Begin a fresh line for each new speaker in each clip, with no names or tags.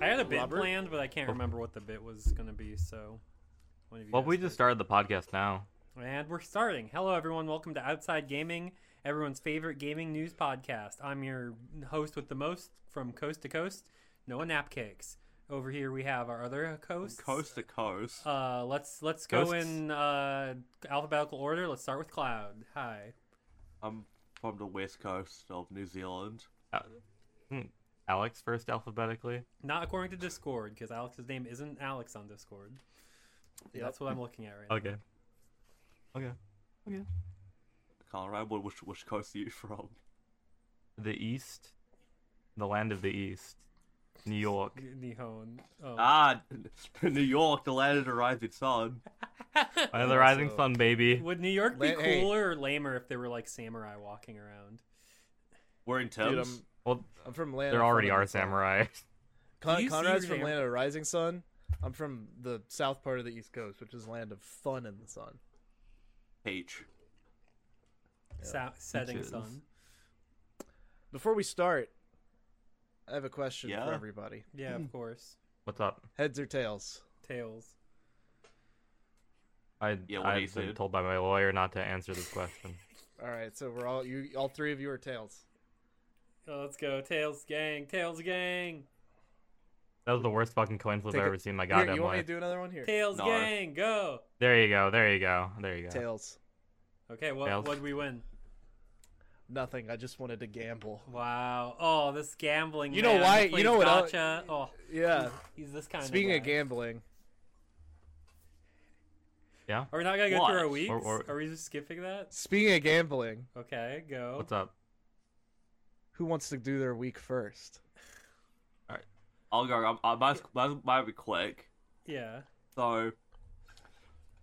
I had a bit
Robert?
planned, but I can't remember what the bit was going to be. So, one of you
Oh. Well,
guys
we
did.
just started the podcast now.
and we're starting. Hello, everyone. Welcome to Outside Gaming, everyone's favorite gaming news podcast. I'm your host with the most from coast to coast, Noah Napcakes. Over here we have our other hosts.
Coast to coast.
Uh, let's let's go
Hosts.
in uh, alphabetical order. Let's start with Cloud. Hi.
I'm from the west coast of New Zealand.
Alex first alphabetically.
Not according to Discord, because Alex's name isn't Alex on Discord. That's what I'm looking at right now.
Okay. Okay.
Can't remember which which coast are you from.
The East, the land of the East, New York.
Nihon. Oh.
Ah, New York, the land of the rising sun.
Land of the Rising
So-
Sun, baby.
Would New York be
Let- hey.
cooler or lamer if there were like samurai walking around?
We're in
Dude,
Thames.
I'm,
Well,
I'm from land.
there
of
already
Fallen
are
Sun.
samurai.
Do
Con-
you see
Conrad's
your
from
fam-
land of the rising sun. I'm from the south part of the east coast, which is land of fun in the sun.
Peach.
Sa- setting
Peaches.
sun.
Before we start, I have a question
Yeah?
for everybody.
Yeah, of course.
What's up?
Heads or tails?
Tails.
I
Yeah, what do you
I've been
think?
told by my lawyer not to answer this question.
All right, so we're all you, all three of you are tails.
Oh, let's go. Tails gang. Tails gang.
That was the worst fucking coin flip
Take
I've
a-
ever seen in my
here,
goddamn
you want me
life.
to do another one here?
Tails
No.
gang. Go.
There you go. There you go. There you go.
Tails.
Okay, what
Tails.
would we win?
Nothing. I just wanted to gamble.
Wow. Oh, this gambling.
You
man
know
who
why- you
plays
know what el-
Gotcha. Oh,
Yeah.
he's this kind
Speaking
of.
of
guy.
gambling,
Yeah.
Are we not gonna go through our
What?
weeks?
Or- or-
Are we just skipping that?
speaking of gambling,
Okay, go.
What's up?
who wants to do their week first?
I'll go. I'm, I might, might, might be quick.
Yeah.
So,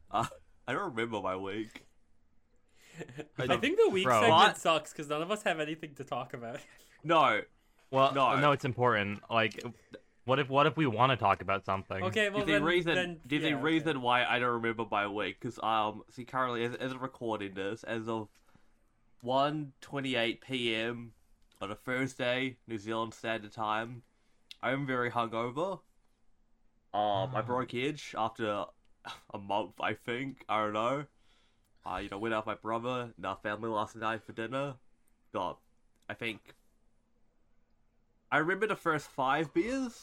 uh, I don't remember my week.
I think the week
Bro.
segment
What?
sucks because none of us have anything to talk about.
No.
Well,
No.
no. it's important. Like, what if what if we want to talk about something?
Okay, well
There's a
then,
reason.
then
there's
yeah,
a
okay.
reason why I don't remember my week because um. See, currently as as of recording this, as of 1.28 p.m. on a Thursday, New Zealand Standard Time, I'm very hungover. Um,
Ah.
I broke edge after a month, I think. I don't know. I you know went out with my brother and our family last night for dinner. Got, I think. I remember the first five beers,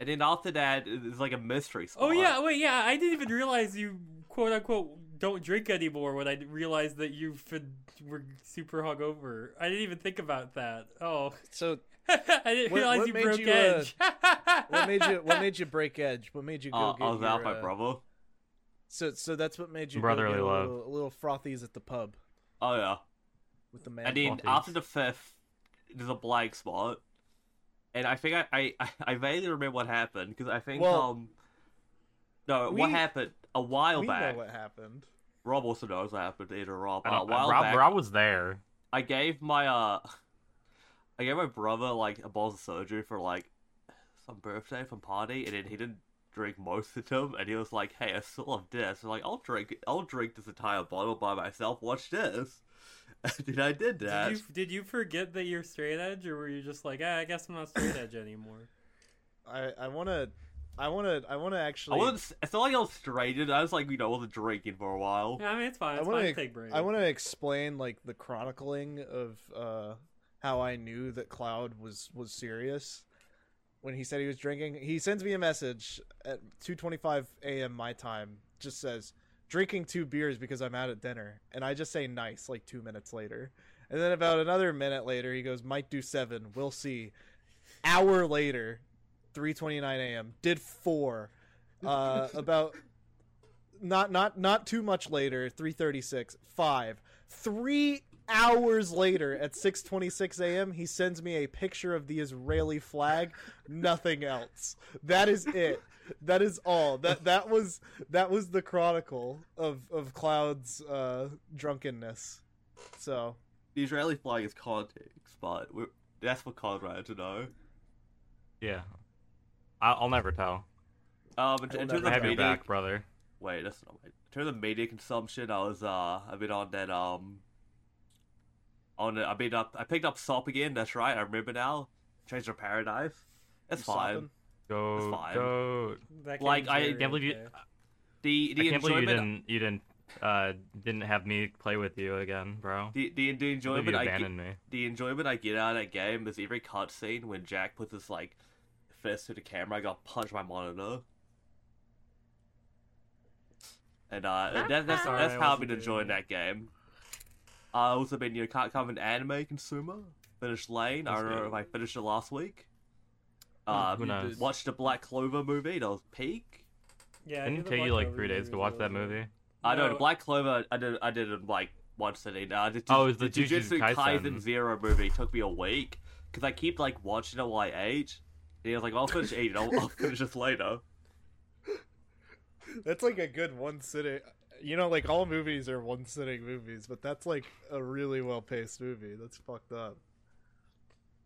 and then after that, it's like a mystery. Spot.
Oh yeah, wait, yeah. I didn't even realize you quote unquote don't drink anymore when I d- realized that you f- were super hungover. I didn't even think about that. Oh,
So,
I didn't
What-
realize
what
you
made
broke
you, uh,
edge.
what made you? What made you break edge? What made you go
Uh,
get
I was
your,
out with my
uh,
brother.
So, so that's what made you go
Brotherly
get a
love.
Little, a little frothies at the pub
Oh yeah.
with the man.
And then
Bodies.
after the fifth, there's a blank spot, and I think I I, I vaguely remember what happened because I think
Well,
um no
we-
what happened a while
we
back.
know what happened.
Rob also knows what happened. Either Rob
I
uh, a
don't,
while
Rob,
back,
Rob was there.
I gave my uh I gave my brother like a bottle of soju for like some birthday from party, and then he didn't drink most of them, and he was like, "Hey, I still have this." I'm like, "I'll drink I'll drink this entire bottle by myself. Watch this." And then I did that.
Did you, did you forget that you're straight edge, or were you just like, ah, I guess I'm not straight edge anymore?
I I want to, I want to, I want to
I
actually.
wasn't. s- It's not like I was straightened. I was like, you know, I wasn't drinking for a while.
Yeah, I mean, it's fine.
I
It's
wanna
fine to
ex-
take breaks.
I want to explain like the chronicling of uh how I knew that Cloud was was serious when he said he was drinking. He sends me a message at 2:25 a.m. my time. Just says drinking two beers because I'm out at dinner, and I just say nice like two minutes later. And then about another minute later, he goes might do seven. We'll see. Hour later, 3:29 a.m. Did four. Uh, about not not not too much later 336 5 3 hours later at 6:26 a.m. he sends me a picture of the Israeli flag nothing else that is it that is all that that was that was the chronicle of of cloud's uh drunkenness so
The Israeli flag is context, but we're, that's for Conrad to know.
Yeah. I, I'll never tell.
Um, in, in terms
never
I
of
have
know.
your
media,
back, brother.
wait, that's not wait. In terms of media consumption, I was uh, I've been on that um, on I been up, I picked up SOP again. That's right, I remember now. Change of paradise. That's
you
fine.
sopping?
Go,
fine.
go.
That
Like,
game's
I
very
can't believe you-
okay.
The
I
the
can't believe you
enjoyment
didn't you didn't uh didn't have me play with you again, bro.
the, the the
I believe you
enjoyment I get,
abandoned me.
the enjoyment I get out of that game is every cutscene when Jack puts his like fist to the camera, I got punched my monitor. And uh, that, that's
Sorry,
that's
I
how I've
wasn't
been
doing
enjoying that game. I also been you know kind kind of an anime consumer. Finished Lane. I don't know if I finished it last week. Uh,
Who knows?
watched the Black Clover movie. That was peak.
Yeah,
Didn't
do
it
the
take you
Black
like
Clover
three days
movies
to watch
all
that
the
movie?
I know
No.
the Black Clover. I did. I did it in, like one sitting. Uh, the,
Oh, it was the
Jujutsu
Jujutsu
Kaisen.
Kaisen.
Zero movie took me a week because I keep like watching it while I ate. And I was like, I'll finish eating. I'll, I'll finish this later.
That's like a good one sitting. You know, like all movies are one sitting movies, but that's like a really well paced movie. That's fucked up.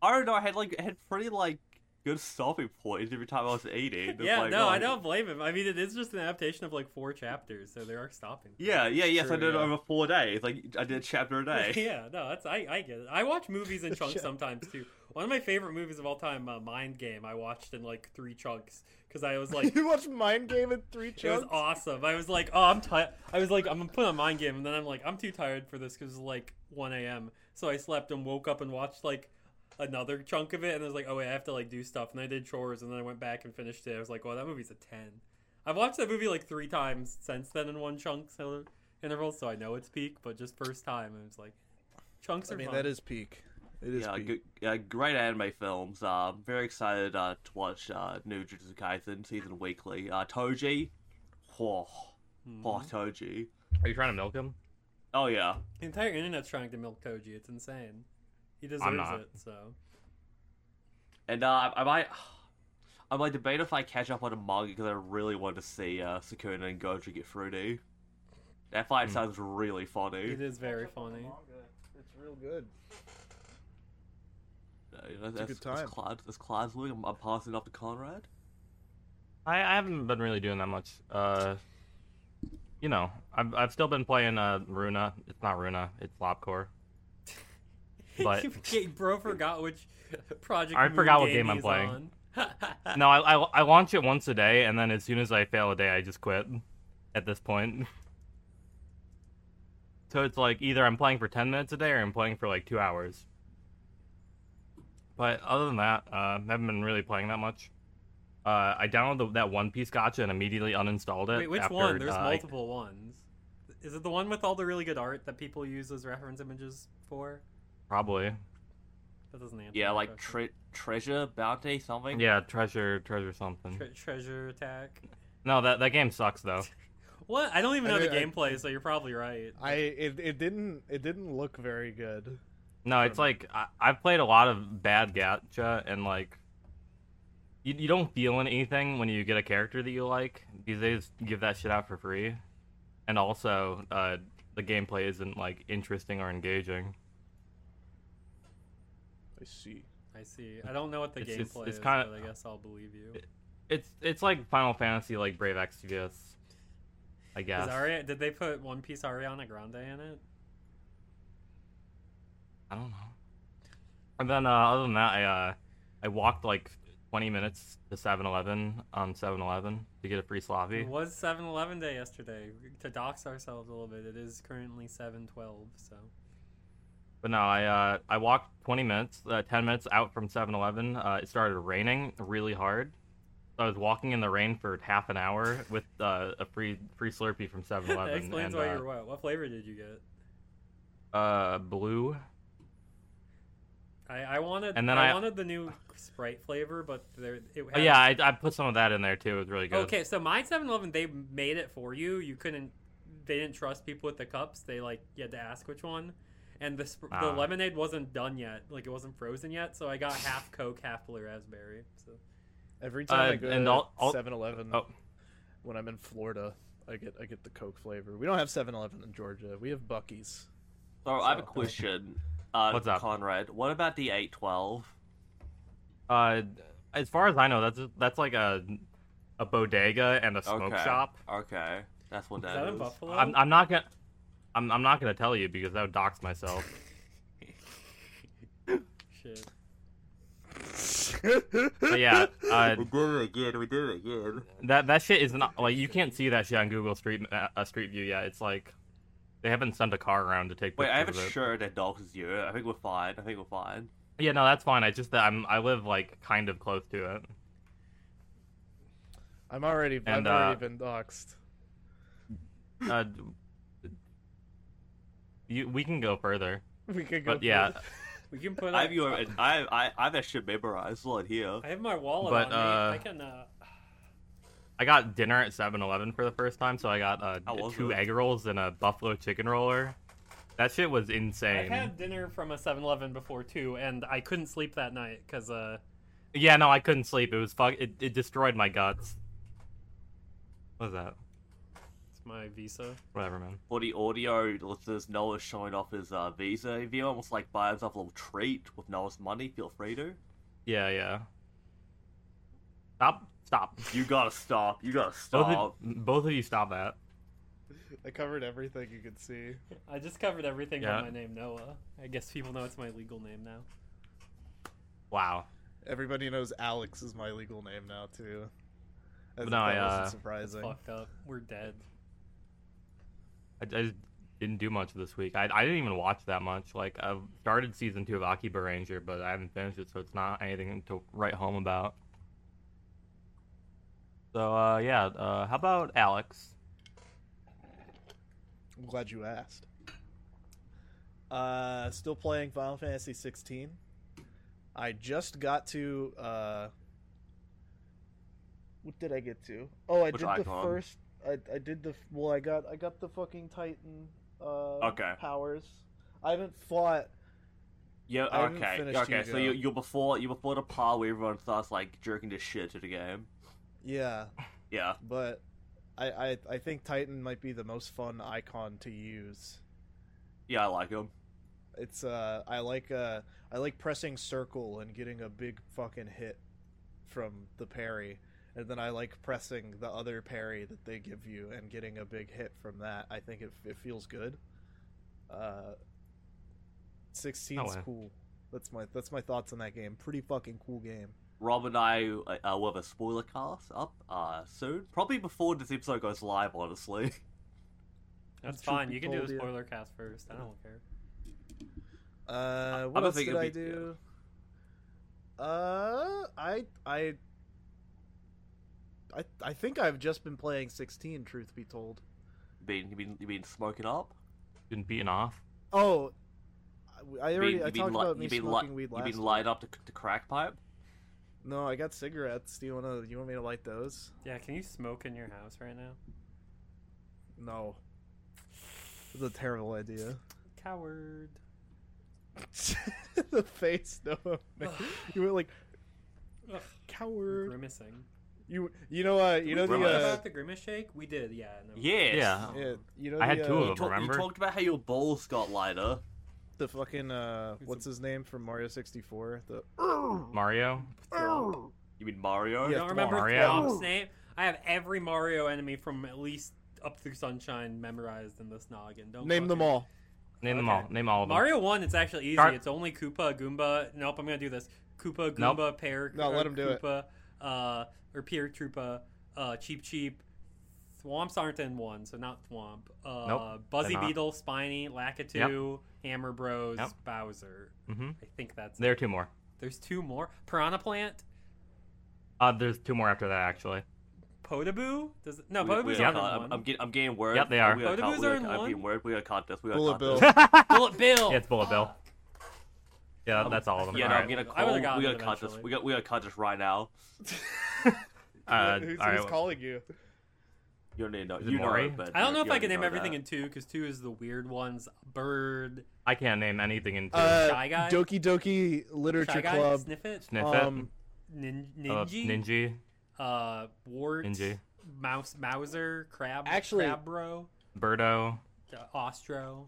I don't know. I had like I had pretty like good stopping points every time I was eating. It's
Yeah,
like,
no,
oh,
I don't blame him. I mean, it is just an adaptation of like four chapters, so they are stopping.
Yeah, yeah, yes. I
True,
did it
yeah.
over four days. Like I did a chapter a day.
yeah, no, that's I, I get it. I watch movies in chunks
Yeah.
sometimes too. One of my favorite movies of all time, uh, Mind Game, I watched in like three chunks because I was like,
you watched Mind Game in three
it was
chunks.
awesome. I was like, oh, I'm tired. I was like, I'm gonna put on Mind Game, and then I'm like, I'm too tired for this because it's like 1 a.m. So I slept and woke up and watched like another chunk of it, and I was like, oh wait, I have to like do stuff, and I did chores, and then I went back and finished it. I was like, well, that movie's a ten. I've watched that movie like three times since then in one chunk so interval, so I know it's peak, but just first time, I was like, chunks are
I mean,
fun.
that is peak. It is
Yeah,
peak.
good, yeah, great anime films. Uh, very excited uh, to watch uh, new Jujutsu Kaisen season weekly. Uh, Toji, oh,
Mhm.
oh, Toji.
Are you trying to milk him?
Oh yeah,
The entire internet's trying to milk Koji. It's insane. He
I'm
deserves
not.
it. So
and uh, I might, I might debate if I catch up on a manga because I really want to see uh, Sukuna and Gojo get fruity. That fight
Hmm.
sounds really funny.
it is very funny.
It's real good.
Uh, you know, that's,
good
that's
time.
Clyde, that's Clyde's look. I'm, I'm passing it off to Conrad.
I, I haven't been really doing that much. Uh, you know, I've I've still been playing uh Runa. It's not Runa. It's Lopcore. But-
Okay, bro forgot which project.
I
Moon
forgot what game I'm
he's
playing.
on.
No, I, I I launch it once a day, and then as soon as I fail a day, I just quit. At this point. So it's like either I'm playing for ten minutes a day, or I'm playing for like two hours. But other than that, uh, I haven't been really playing that much. Uh, I downloaded the, that One Piece gotcha and immediately uninstalled it.
Wait, which
after,
one? There's
uh, I-
multiple ones. Is it the one with all the really good art that people use as reference images for?
Probably.
That doesn't answer.
Yeah,
my
like
question.
tre- treasure bounty something.
Yeah, treasure, treasure something.
Tre- treasure attack.
No, that that game sucks though.
What? I don't even
I
know the
mean, I-
gameplay, so you're probably right.
I it, it didn't it didn't look very good.
No, it's like I, I've played a lot of bad gacha and like you, you don't feel anything when you get a character that you like. These days give that shit out for free. And also, uh the gameplay isn't like interesting or engaging.
I see.
I see. I don't know what the
It's- it's-
gameplay
it's
is,
kinda-
but I guess I'll believe you.
It's it's like Final Fantasy like Brave Exvius. I guess.
Is Aria, did they put One Piece Ariana Grande in it?
I don't know. And then uh, other than that, I uh, I walked like 20 minutes to 7-Eleven on 7-Eleven to get a free sloppy.
It was 7 Eleven day yesterday. To dox ourselves a little bit, it is currently 7 12, so.
But no, I uh, I walked 20 minutes, uh, 10 minutes out from 7-Eleven. Uh, it started raining really hard. So I was walking in the rain for half an hour with uh, a free free Slurpee from 7-Eleven.
that explains
and,
why
uh,
you're what. What flavor did you get?
uh, blue.
I, I wanted
And then
I,
I-
wanted the new Sprite flavor, but there it
Oh,
had-
yeah, I, I put some of that in there too. It was really good.
Okay, so my 7-Eleven they made it for you. You couldn't they didn't trust people with the cups. They like you had to ask which one. And the sp- the
Ah.
lemonade wasn't done yet. Like it wasn't frozen yet, so I got half Coke, half blue raspberry. So
Every time
Uh,
I go
and
to
I'll- I'll-
7-Eleven
oh.
when I'm in Florida, I get I get the Coke flavor. We don't have 7-Eleven in Georgia. We have Bucky's.
So I have a
So-
question. Uh,
What's up?
Conrad? What about the eight twelve?
Uh, as far as I know, that's that's like a a bodega and a smoke
okay.
shop.
Okay, that's what
is
that
that in
is.
Buffalo?
I'm, I'm not gonna I'm, I'm not gonna tell you because I would dox myself.
Shit.
But yeah, uh,
good again, we're good again.
that that shit is not like you can't see that shit on Google Street Ma- uh, Street View yet. It's like they haven't sent a car around to take.
Wait, I
pictures
haven't
of it.
shared that dogs is you. I think we're fine. I think we're fine.
Yeah, no, that's fine. I just that I'm I live like kind of close to it.
I'm already.
And,
I've already
uh,
been doxxed.
Uh, d- you, we can go further,
We could go.
but yeah,
We can put.
I
up-
have your, I, I, I have that shit memorized on here.
I have my wallet
But,
on me. I
uh,
can. Uh,
I got dinner at 7-Eleven for the first time, so I got uh,
How was
two
it?
egg rolls and a buffalo chicken roller. That shit was
I've
insane.
had dinner from a 7-Eleven before too, and I couldn't sleep that night because uh,
Yeah, no, I couldn't sleep. It was fuck. It, it destroyed my guts. What was that?
it's my Visa.
Whatever, man.
For the audio listeners, Noah's showing off his uh, visa. If you almost like buy himself a little treat with Noah's money, feel free to.
Yeah, yeah. Stop! Stop!
You gotta stop. You gotta
Both
stop.
of, both of you, stop that.
I covered everything you could see.
I just covered everything
Yeah.
by my name Noah. I guess people know it's my legal name now.
Wow.
Everybody knows Alex is my legal name now too. As if
No, I,
that wasn't
uh,
It's
surprising.
fucked up. We're dead.
I, I just didn't do much this week. I, I didn't even watch that much. Like I started season two of Akiba Ranger, but I haven't finished it, so it's not anything to write home about. So uh, yeah, uh, how about Alex?
I'm glad you asked. Uh, still playing Final Fantasy 16. I just got to. Uh, what did I get to? Oh, I
Which
did
icon?
the first. I, I did the f- well. I got I got the fucking Titan. Uh,
Okay.
Powers. I haven't fought.
Yeah.
I haven't
Okay.
finished
Okay. So
Yugo.
you, you're before you're before the part where everyone starts like jerking the shit to the game.
Yeah,
Yeah.
but I I, I think Titan might be the most fun icon to use.
Yeah. I like him.
It's uh I like uh I like pressing circle and getting a big fucking hit from the parry. And then I like pressing the other parry that they give you and getting a big hit from that. I think it, it feels good. Uh 16's
Oh, wow.
cool. That's my that's my thoughts on that game. Pretty fucking cool game.
Rob and I uh, uh, will have a spoiler cast up uh, soon, probably before this episode goes live. Honestly.
That's
Truth
fine.
be
You can do
told,
the
yeah.
spoiler cast first. I don't care.
Uh,
I'm
what else
thinking
did I
it'd be-
do? Uh, I, I, I, I think I've just been playing 16. Truth be told.
Been you been you been smoking up?
Been beaten off?
Oh, I, I
Been-
already
you
I
been
talked
li-
about me
you been li-
smoking weed last.
You been
week.
light up to, to crack pipe?
No, I got cigarettes. Do you wanna? You want me to light those?
Yeah, can you smoke in your house right now?
No. It's a terrible idea.
Coward.
the face, no. you were like
Ugh,
coward.
grimacing.
You you know uh you know the
Remember
uh,
about the grimace shake? We did, yeah. No.
Yes.
Yeah.
yeah, you know
I had
the,
two
uh,
of
You,
them.
talk- you
Remember?
talked about how your balls got lighter.
the fucking uh
It's
what's his name from Mario 64 the
Mario?
Oh.
Oh.
You mean Mario?
You
Yeah.
don't remember
Mario.
Thwomp's name? I have every Mario enemy from at least Up Through Sunshine memorized in this noggin. Don't
name them
fucking-
all
Name them
Okay.
all. Name all of them.
Mario 1, it's actually easy.
Start-
It's only Koopa, Goomba. Nope, I'm going to do this. Koopa, Goomba,
Nope.
Pear,
No, let
or
him do it.
Koopa, Uh, or Peer Troopa, uh, Cheep Cheep. Thwomps aren't in 1, so not Thwomp. Uh,
Nope,
Buzzy
they're not.
Beetle, Spiny, Lakitu, Hammer Bros,
Yep.
Bowser.
Mm-hmm.
I think that's
There are two more.
There's two more. Piranha Plant,
Uh, there's two more after that, actually.
Podaboo. Does it... No,
We- we
Podaboo's
gotta
not
are
in
cut-
one.
I'm, I'm, get, I'm getting word.
Yep, they are.
We gotta
Photoboos
cut- we gotta
are in
cut- I'm
one?
getting word. We gotta cut this. We gotta
Bullet
cut
Bill.
this.
Bullet Bill.
Yeah, it's Bullet Bill. Yeah, that's all of them.
Yeah, no,
all
I'm
right.
gonna
I
call.
would've
We
gotten
gotta
it
cut this.
eventually.
We got. We gotta cut this right now.
Uh,
who's, who's
all right.
calling you
You don't need to know.
Is it
You know,
Maury?
it, but
I don't
you-
know if
you
I can
already
name
know
everything
that.
in two because two is the weird ones. Bird,
I can't name anything in two.
uh
Shy Guy?
Doki Doki
Shy
Literature
Guy,
Club
Sniffit,
Sniff
um
Nin-
it. Uh,
Ninji,
Ninji.
uh, Wart,
Ninji.
Mouse, Mouser, Crab,
Actually-
Crab Bro,
Birdo.
uh, Ostro,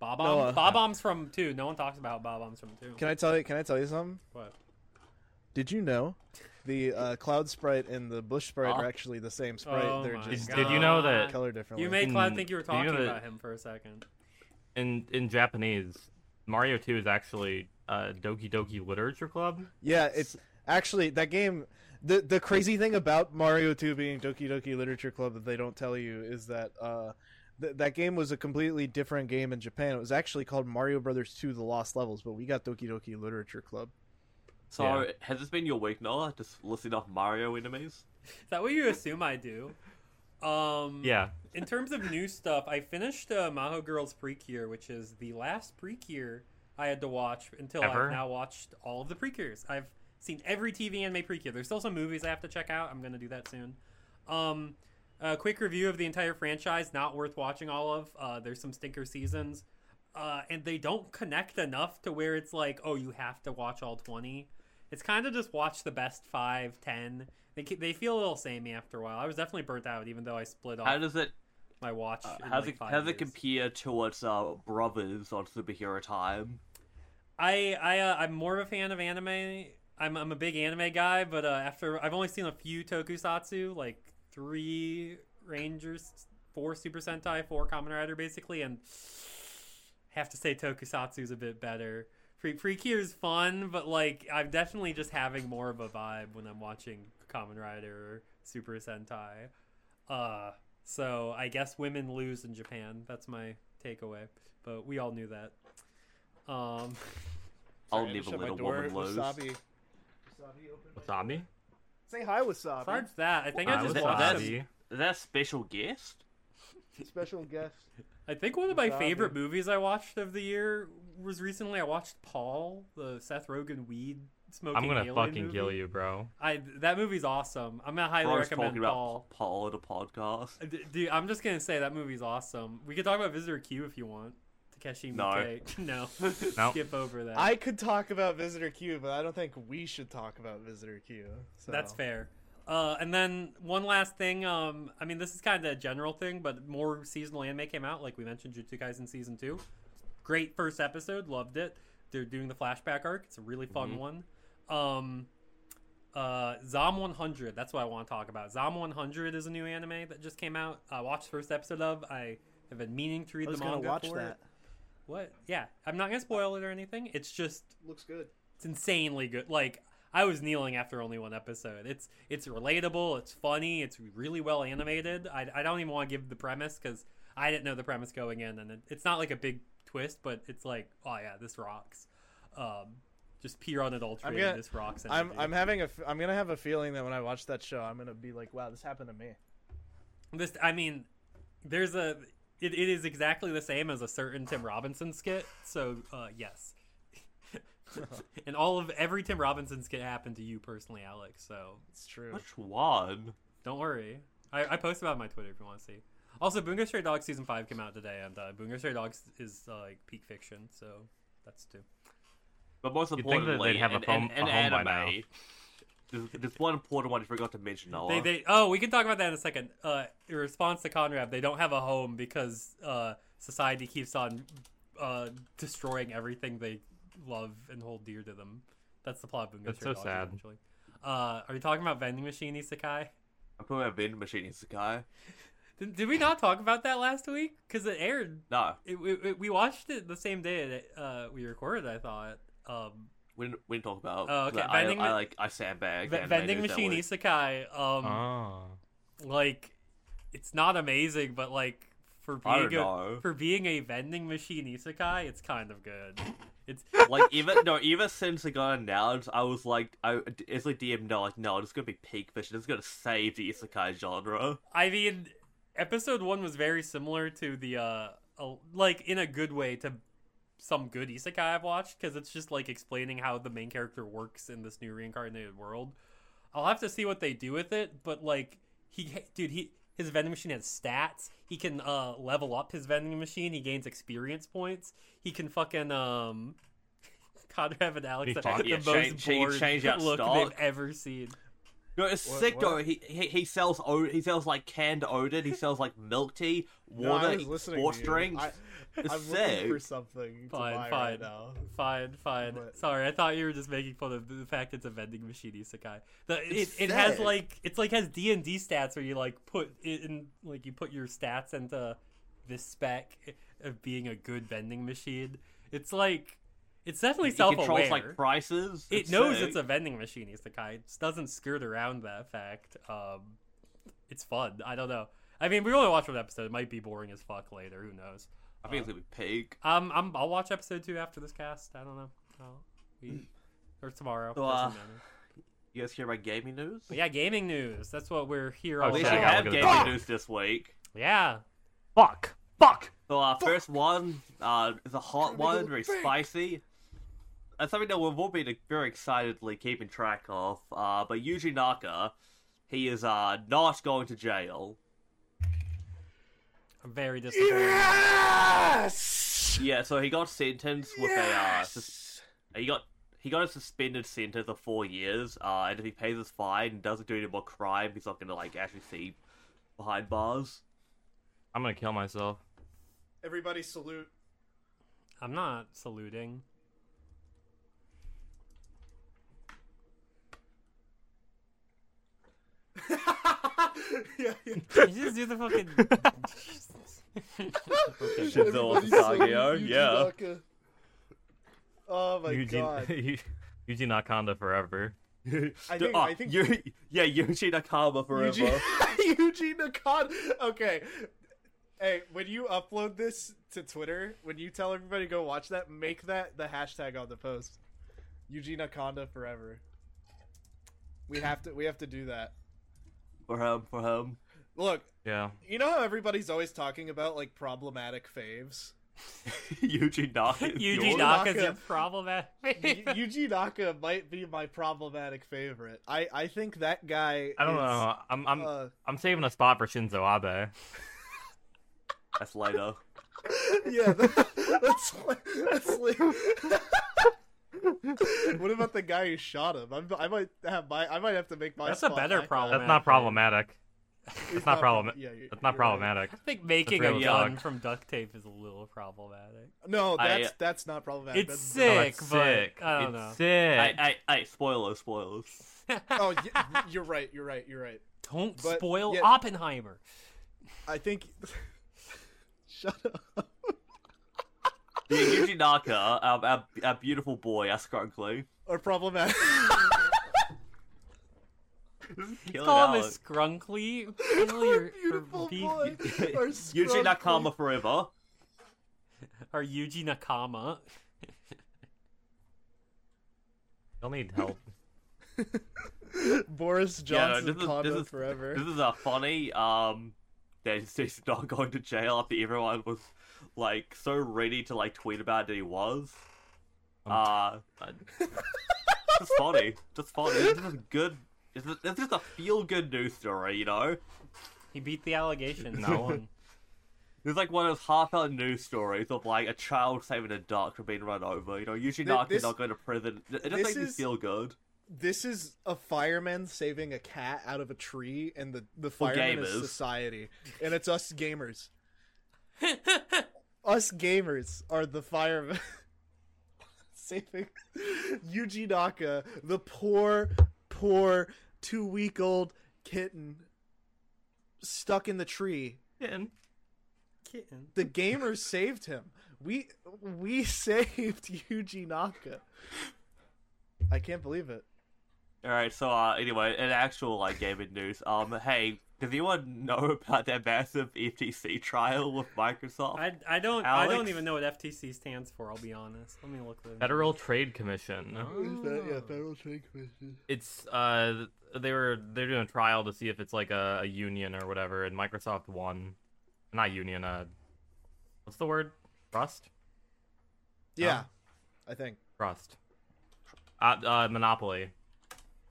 Bob
Noah.
Bomb. Bob Bomb's from two. No one talks about Bob Bomb's from two.
can I tell you can I tell you something
What?
did you know the uh, cloud sprite and the bush sprite
Huh?
are actually the same sprite
Oh
they're
my
just
Oh. Did- did you know
God.
that-
color differently
You made Cloud
Mm,
think you were
do you know
talking
that-
about him for a second.
In in
Hmm.
Japanese, Mario Two is actually uh, Doki Doki Literature Club.
yeah it's
Actually, that game. The the crazy thing about Mario Two being Doki Doki Literature Club that they don't tell you is that uh, th- that game was a completely different game in Japan. It was actually called Mario Brothers Two: The Lost Levels, but we got Doki Doki Literature Club.
So
Yeah.
has this been your week, Noah? Just listing off Mario enemies?
Is that what you assume I do? Um,
Yeah.
in terms of new stuff, I finished uh, Maho Girls Precure, which is the last Precure I had to watch until I've
Ever?
now watched all of the Precures. I've seen every TV anime Precure. There's still some movies I have to check out. I'm going to do that soon. Um, a quick review of the entire franchise, not worth watching all of. Uh, there's some stinker seasons. Uh, and they don't connect enough to where it's like, oh, you have to watch all 20. It's kind of just watch the best five, ten. They, ke- they feel a little samey after a while. I was definitely burnt out, even though I split off
How does it
my watch.
uh,
in,
how's
Oh. like,
it
five
how's it
years.
compare to its uh, brothers on superhero time?
I I uh, I'm more of a fan of anime. I'm I'm a big anime guy, but uh, after I've only seen a few tokusatsu, like three Rangers, four Super Sentai, four Kamen Rider, basically, and have to say tokusatsu is a bit better. Free Freaky is fun, but like I'm definitely just having more of a vibe when I'm watching Kamen Rider or Super Sentai. Uh, so I guess women lose in Japan. That's my takeaway, but we all knew that. Um,
I'll
Sorry, I just
never
shut my
let a
door.
woman lose.
Wasabi.
Wasabi?
Say hi, Wasabi.
Besides that, I think I
Uh,
just
that-
watched.
that's-
a-
wasabi.
Is that a special guest?
Special guest.
I think one of my
Wasabi.
favorite movies I watched of the year was recently. I watched Paul, the Seth Rogen weed smoking.
I'm gonna
alien
fucking
movie.
kill you, bro.
I that movie's awesome. I'm gonna highly
Bro's
recommend
talking about
Paul. Uh,
Paul at a podcast.
D- dude, I'm just gonna say that movie's awesome. We could talk about Visitor Q if you want. Takeshi
No.
Miike. No,
No.
skip over that.
I could talk about Visitor Q, but I don't think we should talk about Visitor Q. So.
That's fair. Uh, and then one last thing. Um, I mean, this is kind of a general thing, but more seasonal anime came out. Like we mentioned, Jujutsu Kaisen season two. Great first episode. Loved it. They're doing the flashback arc. It's a really fun
Mm-hmm.
Mhm.
one. Um, uh, Zom 100. That's what I want to talk about. Zom 100 is a new anime that just came out. I watched the first episode of. I have been meaning to read
I was
the
gonna
manga
watch
for
that.
it. What? Yeah, I'm not gonna spoil it or anything. It's just
Looks good.
it's insanely good. Like I was kneeling after only one episode. It's it's relatable. It's funny. It's really well animated. I, I don't even want to give the premise because I didn't know the premise going in, and it, it's not like a big twist, but it's like oh yeah, this rocks. Um, just pure unadulterated.
I'm gonna-
this rocks.
I'm
energy.
I'm having a f- I'm gonna have a feeling that when I watch that show, I'm gonna be like, wow, this happened to me.
This, I mean, there's a. It, it is exactly the same as a certain Tim Robinson skit. So uh, yes, and all of every Tim Robinson skit happened to you personally, Alex. So
It's true.
Which one?
don't worry, I, I post about it on my Twitter if you want to see. Also, Bungo Stray Dogs season five came out today, and uh, Bungo Stray Dogs is uh, like peak fiction, so that's too.
But most
think that they'd
importantly,
have a
an,
phone-
an, an
a home by
anime. There's, there's one important one I forgot to mention, Noah.
They, they oh, we can talk about that in a second. Uh, in response to Conrad, they don't have a home because uh, society keeps on uh, destroying everything they love and hold dear to them. That's the plot of Bungo
That's
Stray
so
Dogs,
sad.
essentially. Uh, are you talking about vending machine isekai?
I'm putting my vending machine in Sakai.
Did, did we not talk about that last week? Because it aired.
No,
It, it, it- we watched it the same day that uh, we recorded. I thought. Um,
we didn't, we didn't talk about.
Oh, okay,
that. I,
vending
I
ma-
like I sandbag.
Ve-
anime
vending
news that
machine
week.
isekai. Um,
Oh.
like it's not amazing, but like for
I don't
being a
know.
for being a vending machine isekai, it's kind of good. It's
like even no, even since it got announced, I was like, I it's like DM no, like no, it's gonna be peak fish. It's gonna save the isekai genre.
I mean, episode one was very similar to the uh, uh like in a good way to some good isekai I've watched because it's just like explaining how the main character works in this new reincarnated world. I'll have to see what they do with it, but like he, dude, he his vending machine has stats. He can uh level up his vending machine. He gains experience points. He can fucking um. Conrad and Alex,
He
the,
fuck-
the
yeah,
most
change- change-
bored
change out
look
stock.
they've ever seen.
No, it's
What-
sick though.
what?
He, he he sells o- he sells like canned Odin. He sells like milk tea,
No, I
water,
was listening to
sports
you.
drinks.
I,
It's
I'm
sick.
looking for something to
Fine,
buy
fine.
right now.
Fine, fine.
But-
Sorry, I thought you were just making fun of the fact it's a vending machine isekai. The, it
It's
it has
sick.
like it's like has D and D stats where you like put it in like you put your stats into this spec of being a good vending machine. It's like It's definitely
It controls
self-aware.
like prices.
it
It's
knows
sick.
it's a vending machine. Isekai it doesn't skirt around that fact. Um, it's fun. I don't know. I mean, we only watched one episode. It might be boring as fuck later. Who knows?
I think it's gonna be pig.
Um, I'm, I'll watch episode two after this cast. I don't know. I'll, we, or tomorrow.
So, uh,
Doesn't matter.
You guys hear about gaming news?
But yeah, gaming news. That's what we're here
Oh,
all
At
they
least
should
I
about.
have-
have
look at the
gaming
doc.
news this week.
Yeah.
Fuck. Fuck.
So our first one uh, is a hot one, very spicy. That's something that we've all been very excitedly keeping track of. Uh, but Yuji Naka, he is uh, not going to jail.
I'm very disappointed.
Yes.
Yeah, so he got sentenced with a uh, sus- he got he got a suspended sentence of four years. Uh, and if he pays his fine and doesn't do any more crime, he's not going to like actually see behind bars.
I'm gonna kill myself.
Everybody salute.
I'm not saluting.
yeah, yeah.
You just do the fucking. Okay.
Shinzo
Everybody
Asagio,
salute Yuji
yeah.
Naka. Oh my god.
Yuji, Yuji Nakanda forever.
I think- I think-
Yu- yeah, Yuji Nakama forever.
Eugene, Eugene Nakad. Okay. Hey, when you upload this to Twitter, when you tell everybody to go watch that, make that the hashtag on the post. Eugene Akonda forever. We have to we have to do that.
For him, for him.
Look,
Yeah.
you know how everybody's always talking about like problematic faves?
Yuji Naka. is
Yuji
yours?
Naka's
Naka.
your problematic.
Y- Yuji Naka might be my problematic favorite. I I think that guy
I don't
is,
know. I'm I'm
uh,
I'm saving a spot for Shinzo Abe.
That's later.
yeah, that, that's that's like. what about the guy who shot him? I'm, I might have my. I might have to make my.
That's a
spot
better
back up.
problem.
That's not problematic.
It's
That's not problem.
Yeah, you're-
That's not
you're right.
problematic.
I think making a
real
gun
talk.
from duct tape is a little problematic.
No,
I,
that's
uh,
that's not problematic.
It's
That's-
Oh,
sick,
it's
but
sick.
I don't
it's
know.
Hey,
sick.
hey, hey, spoilers, spoilers.
Oh, y- you're right. You're right. You're right.
Don't
But,
spoil
yeah.
Oppenheimer.
I think. Shut up.
Yeah, Yuji Naka, our, our, our beautiful boy, our scrunkly.
Or problematic.
Kill it
Call him a
out.
scrunkly. Really,
Our
or-
beautiful
or be-
boy. Or
Yuji
scrumpy.
Nakama forever.
or Yuji Nakama.
You'll need help.
Boris
Yeah,
Johnson
this is-
Conda
this is-
forever.
This is a funny. Um, that he's- he's not going to jail after everyone was like so ready to like tweet about that he was. Uh, it's funny. Just funny. This is good. This is this is a feel good news story, you know.
He beat the allegations.
No.
He won.
It's like one of those half-hour news stories of like a child saving a duck from being run over. You know, usually
Th-
not
this-
not going to prison. It just
this
makes me
is-
feel good.
this is a fireman saving a cat out of a tree, and the the
Well,
fireman is
gamers.
society, and it's us gamers. us gamers are the firemen saving Yuji Naka, the poor, poor two week old kitten stuck in the tree.
Kitten.
Kitten.
The gamers saved him. We we saved Yuji Naka. I can't believe it.
All right. So uh, anyway, in actual like gaming news, um, hey, does anyone know about that massive FTC trial with Microsoft?
I, I don't I don't
Alex?
even know what FTC stands for. I'll be honest. Let me look. This
Federal Trade Commission.
yeah, Federal Trade Commission.
It's uh they were they're doing a trial to see if it's like a, a union or whatever, and Microsoft won. Not union. Uh, what's the word? Trust.
Yeah, I think.
Trust. Uh, uh monopoly.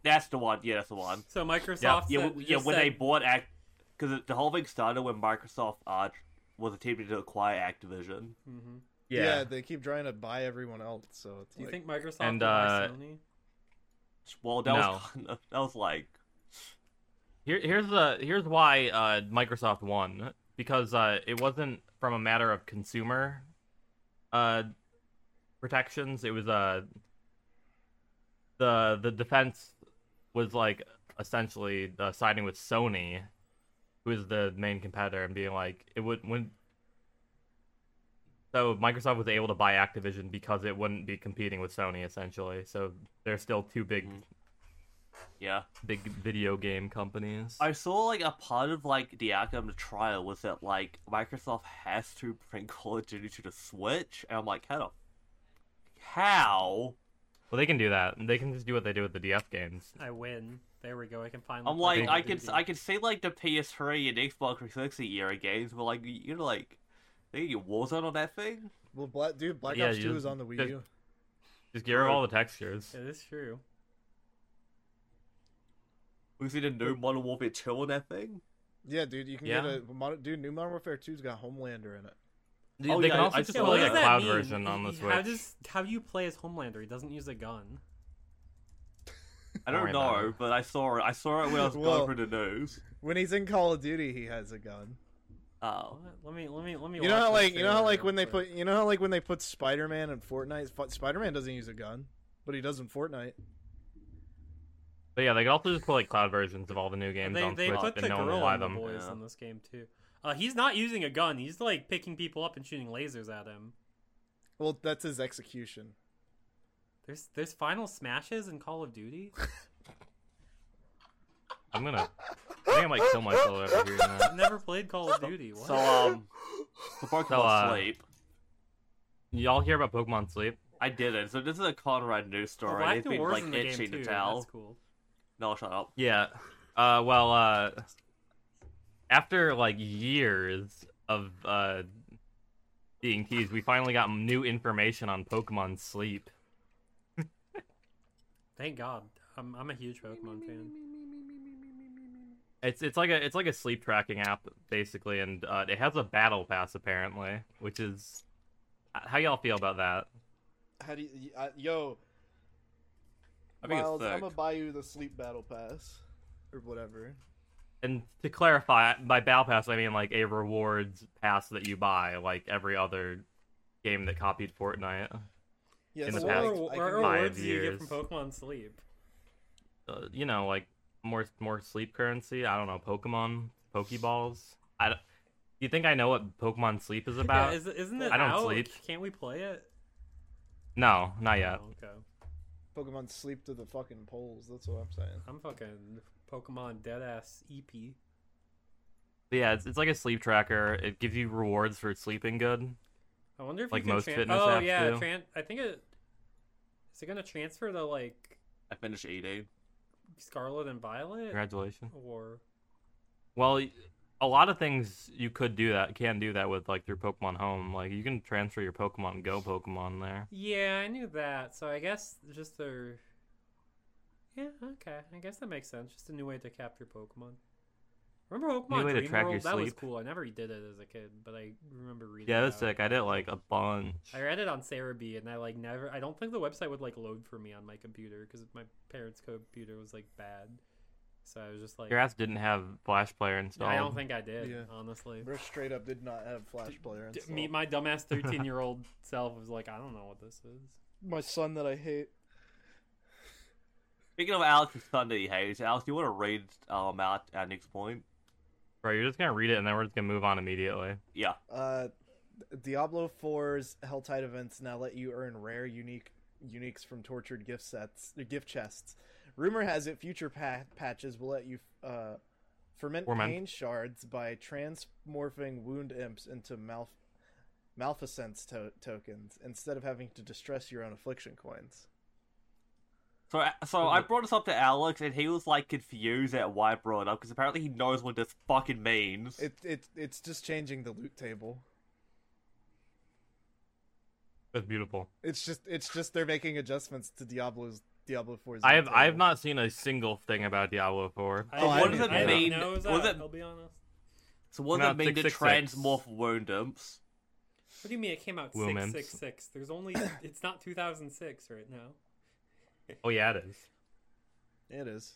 That's the one. Yeah, that's the one.
So Microsoft.
Yeah,
said-
w yeah.
just
When they
said,
bought Act, because the whole thing started when Microsoft uh, was attempting to acquire Activision.
Mhm.
Yeah. they keep trying to buy everyone else. So it's
Do you
Mm-hmm. like,
think Microsoft
And,
will buy
uh,
Sony?
Well, that
No.
was kind of, that was like
Here, here's the here's why uh, Microsoft won because uh, it wasn't from a matter of consumer uh, protections. It was uh, the the defense was like essentially uh, siding with Sony, who is the main competitor, and being like it would when So Microsoft was able to buy Activision because it wouldn't be competing with Sony essentially. So they're still two big
Mhm. Yeah.
big video game companies.
I saw like a part of like the outcome of the trial was that like Microsoft has to bring Call of Duty to the Switch, and I'm like, how? the- How?
well, they can do that. They can just do what they do with the DS games.
I win. There we go. I can finally.
I'm
play
like,
Call
I
of
could
Duty.
I could see like the PS3 and Xbox 360 era games, but like you know like they get Warzone on that thing.
Well, Black, dude, Black
Yeah,
Ops
you
Two
just-
is on the Wii
just-
U.
Just get rid of all the textures.
It is true.
We see the new Modern Warfare 2 on that thing.
Yeah, dude, you can
Yeah.
get a mod- dude. New Modern Warfare Two's got Homelander in it.
They,
Oh,
they
yeah,
can
I-
also
I
just
saw
put like
that.
a
does that
cloud
mean?
version on the
He-
Switch.
How does how do you play as Homelander? He doesn't use a gun.
I
Don't
don't
worry about
know,
it.
but I saw it. I saw it when I was
Well-
going through the news.
When he's in Call of Duty, he has a gun.
Oh,
What? Let me let me let me.
You know
watch
how
this
like you know how
trailer
like
real
when they
quick.
put you know how like when they put Spider Man in Fortnite. Spider Man doesn't use a gun, but he does in Fortnite.
But yeah, they can also just put like cloud versions of all the new
And
games
they
on
they
Switch,
put
and
the
no one
girl
will buy
on the
them.
boys
Yeah.
in this game too. Uh, he's not using a gun. He's like picking people up and shooting lasers at him.
Well, that's his execution.
There's there's final smashes in Call of Duty.
I'm gonna. I think I might kill myself over hearing that.
I've never played Call of Duty. What?
so um, before I
So, uh,
sleep,
Y'all hear about Pokemon Sleep?
I did it. So this is a Conrad news
Oh,
story.
Black
It's
Dwarf's
been like
in the game
itching
too.
to tell.
That's cool.
No, shut up.
Yeah. Uh, well, uh, after like years of uh, being teased, we finally got new information on Pokemon Sleep.
Thank God. I'm I'm a huge Pokemon fan.
It's it's like a it's like a sleep tracking app basically, and uh, it has a battle pass apparently, which is how y'all feel about that?
How do you, y- I- yo?
I think
Miles,
it's
I'm
thick.
gonna buy you the sleep battle pass or whatever.
And to clarify, by battle pass I mean like a rewards pass that you buy, like every other game that copied Fortnite.
Yeah,
In
so
the
I-
past
I
What
can-
are
five
rewards do you get from
years.
Pokemon Sleep?
uh, you know, like more more sleep currency. I don't know, Pokemon, Pokeballs. I don't- do you think I know what Pokemon Sleep is about?
Yeah, is, isn't it
I don't
out?
sleep.
Can't we play it?
No, not yet.
Oh, okay.
Pokemon sleep to the fucking poles. That's what I'm saying.
I'm fucking Pokemon E dead ass EP.
But yeah, it's, it's like a sleep tracker. It gives you rewards for sleeping good.
I wonder if
Like
you can
most
tran-
fitness
Oh
apps
yeah,
do.
tran- I think it is it gonna transfer to like
I finished eating.
Scarlet and Violet
Congratulations.
or
Well, y- a lot of things you could do that can do that with like your Pokemon Home. Like you can transfer your Pokemon Go Pokemon there.
Yeah, I knew that. So I guess just their Yeah, okay. I guess that makes sense. Just a new way to capture Pokemon. Remember Pokemon
New way to
Dream
track your
World? That was
sleep.
cool. I never did it as a kid, but I remember reading.
Yeah, that's
about it.
sick. I did like a bunch.
I read it on Cerebi, and I like never. I don't think the website would like load for me on my computer because my parents' computer was like bad. So I was just like,
Your ass didn't have Flash Player
Yeah,
installed.
I don't think I did.
Yeah.
Honestly,
We're straight up did not have Flash Player.
D-
installed.
me, my dumbass thirteen-year-old self was like, I don't know what this is.
my son that I hate.
Speaking of Alex's thunder he hates, Alex, do you want to read um, out our next point?
Bro, you're just gonna read it and then we're just gonna move on immediately.
Yeah.
Uh, Diablo 4's Helltide events now let you earn rare, unique uniques from tortured gift sets, uh, gift chests. Rumor has it future pa- patches will let you uh, ferment
Ferment.
pain shards by transmorphing wound imps into malf- malfeasance to- tokens instead of having to distress your own affliction coins.
So, uh, so I brought this up to Alex, and he was like confused at why I brought it up because apparently he knows what this fucking means.
It, it it's just changing the loot table.
That's beautiful.
It's just it's just they're making adjustments to Diablo's Diablo 4's.
I
loot
have I have
table.
not seen a single thing about Diablo 4.
I
Oh,
didn't-
what does it
I didn't
mean?
know it was
What does
out,
it-
I'll be honest.
so what
No,
does it mean to
666.
transmorph wound imps?
What do you mean it came out
Women's.
six six six? There's only it's not two thousand six right now.
Oh yeah, it is.
It is.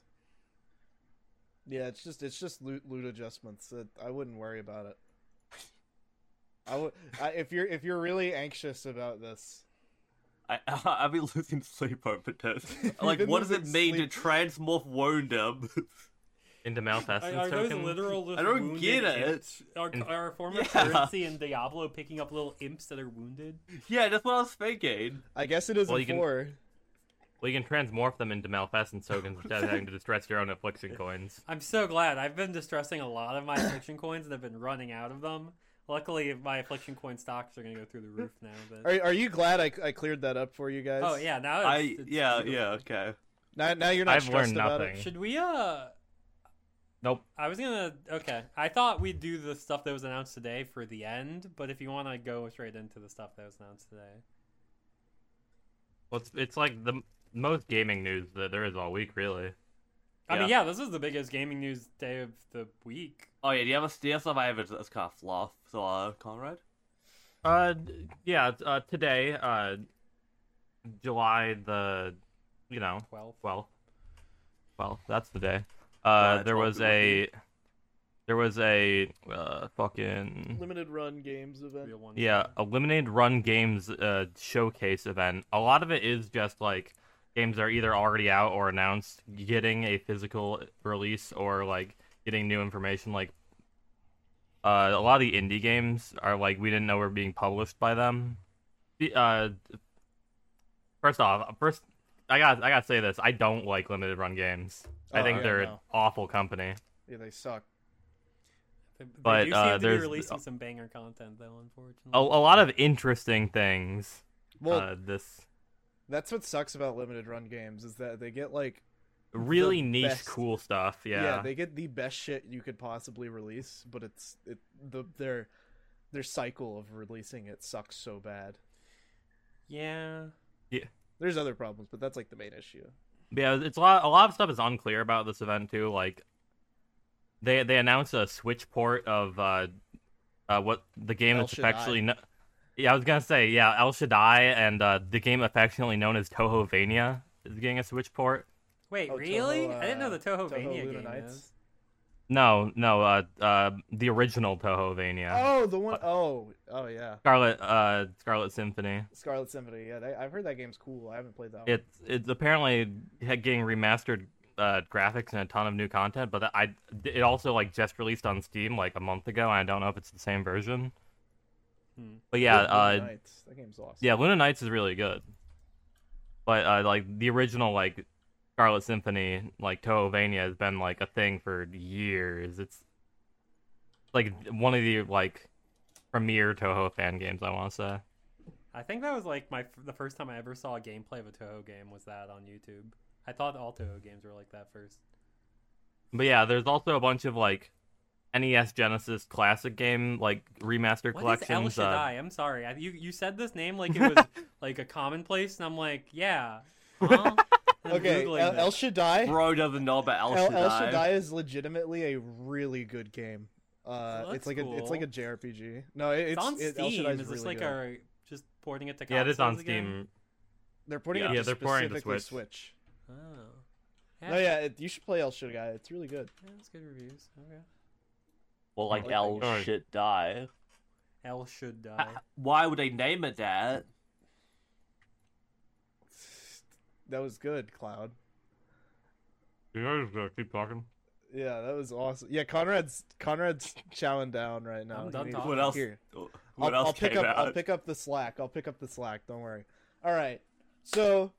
Yeah, it's just it's just loot loot adjustments. That I wouldn't worry about it. I would I, if you're if you're really anxious about this.
I, I've been losing sleep over this. Like,
been
what does it
losing
mean
sleep.
to transmorph wound imps?
Into Malfestin's
Are, are those
token?
literal?
I don't
wounded
get it.
imps? Are, are a form of
Yeah.
currency in Diablo picking up little imps that are wounded?
Yeah, that's what I was thinking.
I guess it is
Well,
in
you can-
four.
Well, you can transmorph them into Malfestin's tokens without having to distress your own affliction coins.
I'm so glad. I've been distressing a lot of my affliction coins and I've been running out of them. Luckily, my affliction coin stocks are going to go through the roof now. But...
Are, are you glad I, I cleared that up for you guys?
Oh yeah, now it's,
I
it's
yeah
beautiful.
yeah okay.
Now, now you're not
I've
stressed
learned
about
nothing.
it.
Should we uh?
Nope.
I was gonna. Okay, I thought we'd do the stuff that was announced today for the end, but if you want to go straight into the stuff that was announced today,
Well, it's, it's like the m- most gaming news that there is all week, really.
I mean,
Yeah.
yeah, this is the biggest gaming news day of the week.
Oh yeah, do you have a steal stuff? I have it. That's kind of fluff. So uh, Conrad.
Uh, d- yeah. it's, Uh, today, uh, July the, you know,
Twelve.
well, well, that's the day.
July
Uh, there was
12th,
a, there was a uh, fucking
Limited run games event.
Real one.
Yeah, a limited run games uh, showcase event. A lot of it is just like games that are either already out or announced, getting a physical release or like getting new information. Like uh, a lot of the indie games are like we didn't know were being published by them. The- Uh, first off, first I got I gotta say this. I don't like limited run games. I
Oh,
think
yeah,
they're an
no.
awful company.
Yeah, they suck.
They, they
But,
do seem
uh,
to be
there's-
releasing some banger content though, unfortunately.
A, a lot of interesting things.
Well,
uh, this
that's what sucks about limited run games is that they get like
really niche
best.
cool stuff yeah,
yeah. they get the best shit you could possibly release, but it's it the their their cycle of releasing it sucks so bad.
yeah.
There's other problems, but that's like the main issue.
yeah it's a lot a lot of stuff is unclear about this event too like they they announced a switch port of uh uh what the game
El
that's
Shaddai.
affectionately kno- yeah i was gonna say yeah el shaddai and uh the game affectionately known as tohovania is getting a switch port
Wait,
Oh,
really?
Toho,
I didn't know the
uh,
Tohovania
Toho
game
Luna Knights?
is.
no no uh uh the original tohovania
Oh, the
Uh,
one oh oh yeah,
scarlet uh scarlet symphony
Scarlet Symphony. Yeah, they, I've heard that game's cool. I haven't played that. one.
it's it's apparently had- getting remastered uh, graphics and a ton of new content, but I it also like just released on Steam like a month ago. And I don't know if it's the same version.
Hmm.
But yeah,
Good Moon
uh,
Knights. that game's awesome.
yeah, Luna Knights is really good. But uh, like the original like Scarlet Symphony, like Tohovania has been like a thing for years. It's like one of the like premier Toho fan games. I want to say.
I think that was like my f- the first time I ever saw a gameplay of a Toho game was that on YouTube. I thought all Toho games were like that first.
But yeah, there's also a bunch of like NES Genesis classic game like remaster
What is El
collections. uh,
Shaddai? I'm sorry. I, you you said this name like it was like a commonplace, and I'm like, yeah. Huh? And I'm
Okay,
Googling
El, El
this.
Shaddai.
Bro doesn't know about El
El,
Shaddai.
El Shaddai is legitimately a really good game. Uh,
Well,
it's
that's
like a it's like a
cool.
JRPG. No, it-
it's
it's,
on
it- El
Steam.
Shaddai's
Is this
really
like a
good.
just porting it to
yeah, it is on
consoles again?
Steam.
They're putting
Yeah.
it
Yeah,
to
they're pouring to
specifically
Switch.
Switch.
Oh.
No, yeah, it, you should play El Shaddai. It's really good.
Yeah, That's good reviews. Okay.
Well, like
Oh,
El
okay.
shit die.
El Shaddai.
Why would they name it that?
That was good, Cloud.
You guys uh, keep talking.
Yeah, that was awesome. Yeah, Conrad's Conrad's chowing down right now.
I'm
He
done
needs-
talking.
What else?
Here,
Oh, What
I'll,
else
I'll pick
came
up.
out?
I'll pick up the slack. I'll pick up the slack. Don't worry. All right. So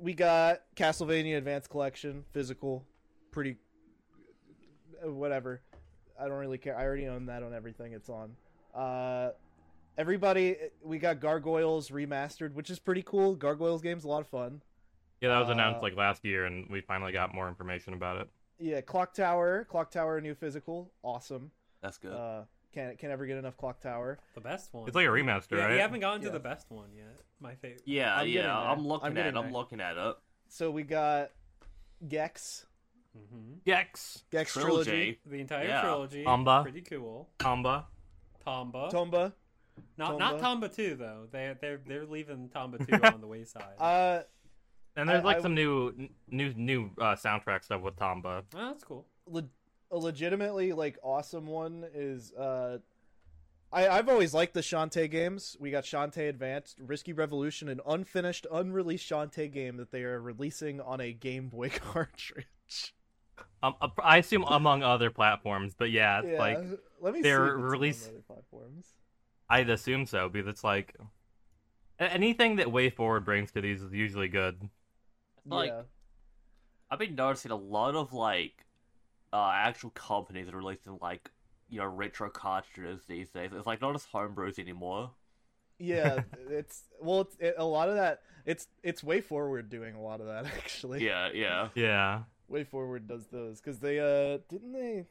we got Castlevania Advanced Collection physical, pretty uh, whatever. I don't really care. I already own that on everything it's on. Uh, everybody, we got Gargoyles remastered, which is pretty cool. Gargoyles game's a lot of fun.
Yeah, that was announced
Uh,
like last year, and we finally got more information about it.
Yeah, Clock Tower, Clock Tower, new physical, awesome.
That's good.
Uh, can't can't ever get enough Clock Tower.
the best one.
It's like a remaster,
yeah,
right?
we haven't gotten to
Yeah.
the best one yet. My favorite.
yeah,
I'm getting
yeah.
there.
I'm looking
I'm
at it.
getting
I'm
there.
looking at it.
So we got Gex,
hmm
Gex,
Gex trilogy,
Trilogy.
The entire
Yeah.
trilogy.
Tomba.
Pretty cool.
Tomba.
Tomba.
Tomba.
not not Tomba two though. They they're they're leaving Tomba two on the wayside.
Uh,
And there's
I-
like
I-
some new, n- new, new uh, soundtrack stuff with Tomba.
oh, that's cool.
le- a legitimately like awesome one is uh, I I've always liked the Shantae games. We got Shantae Advanced, Risky Revolution, an unfinished, unreleased Shantae game that they are releasing on a Game Boy cartridge.
Um, uh, I assume among other platforms, but yeah, it's like
let me
they're
see if it's on
release-
other platforms.
I'd assume so because it's like a- anything that Way Forward brings to these is usually good.
Like,
yeah.
I've been noticing a lot of like uh, actual companies are releasing like you know retro cartridges these days. It's like not as homebrews anymore.
yeah,
it's well, it's, it, a lot of that. It's it's way forward doing a lot of that actually.
Yeah, yeah.
oh,
Yeah,
Way forward does those because they uh didn't they?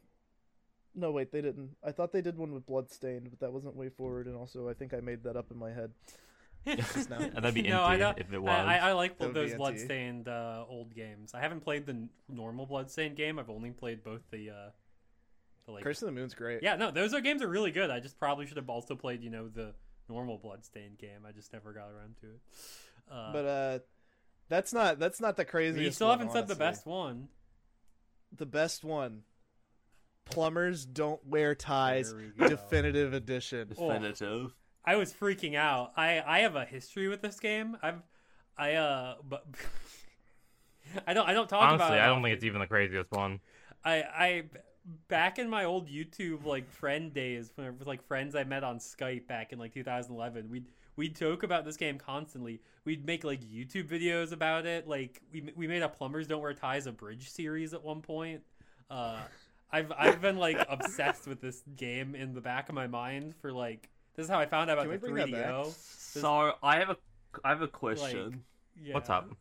No wait, they didn't. I thought they did one with Bloodstained, but that wasn't way forward. And also, I think I made that up in my head. now.
and that'd be
No, I
empty
don't-
if it was.
I, I, I like
That would
those
be a T.
Bloodstained uh, old games. I haven't played the n- normal Bloodstained game. I've only played both the, uh, the like.
Curse of the Moon's great.
Yeah, no, those are games are really good. I just probably should have also played, you know, the normal Bloodstained game. I just never got around to it. Uh,
but uh, that's not that's not the
I mean,
craziest.
you still
one,
haven't said the
honestly.
best one.
The best one. Plumbers don't wear ties.
There we go.
Definitive edition.
Oh.
Definitive.
I was freaking out. I I have a history with this game. I've I uh but I don't I don't talk about.
Honestly,
it
I don't
often.
think it's even the craziest one.
I I back in my old YouTube like friend days when it was like friends I met on Skype back in like 2011. We'd we'd joke about this game constantly. We'd make like YouTube videos about it. Like we we made a plumbers don't wear ties a bridge series at one point. Uh, I've I've been like obsessed with this game in the back of my mind for like this is how I found out about
Can we
the
bring that
3DO.
So I have a I have a question.
Yeah.
What's up?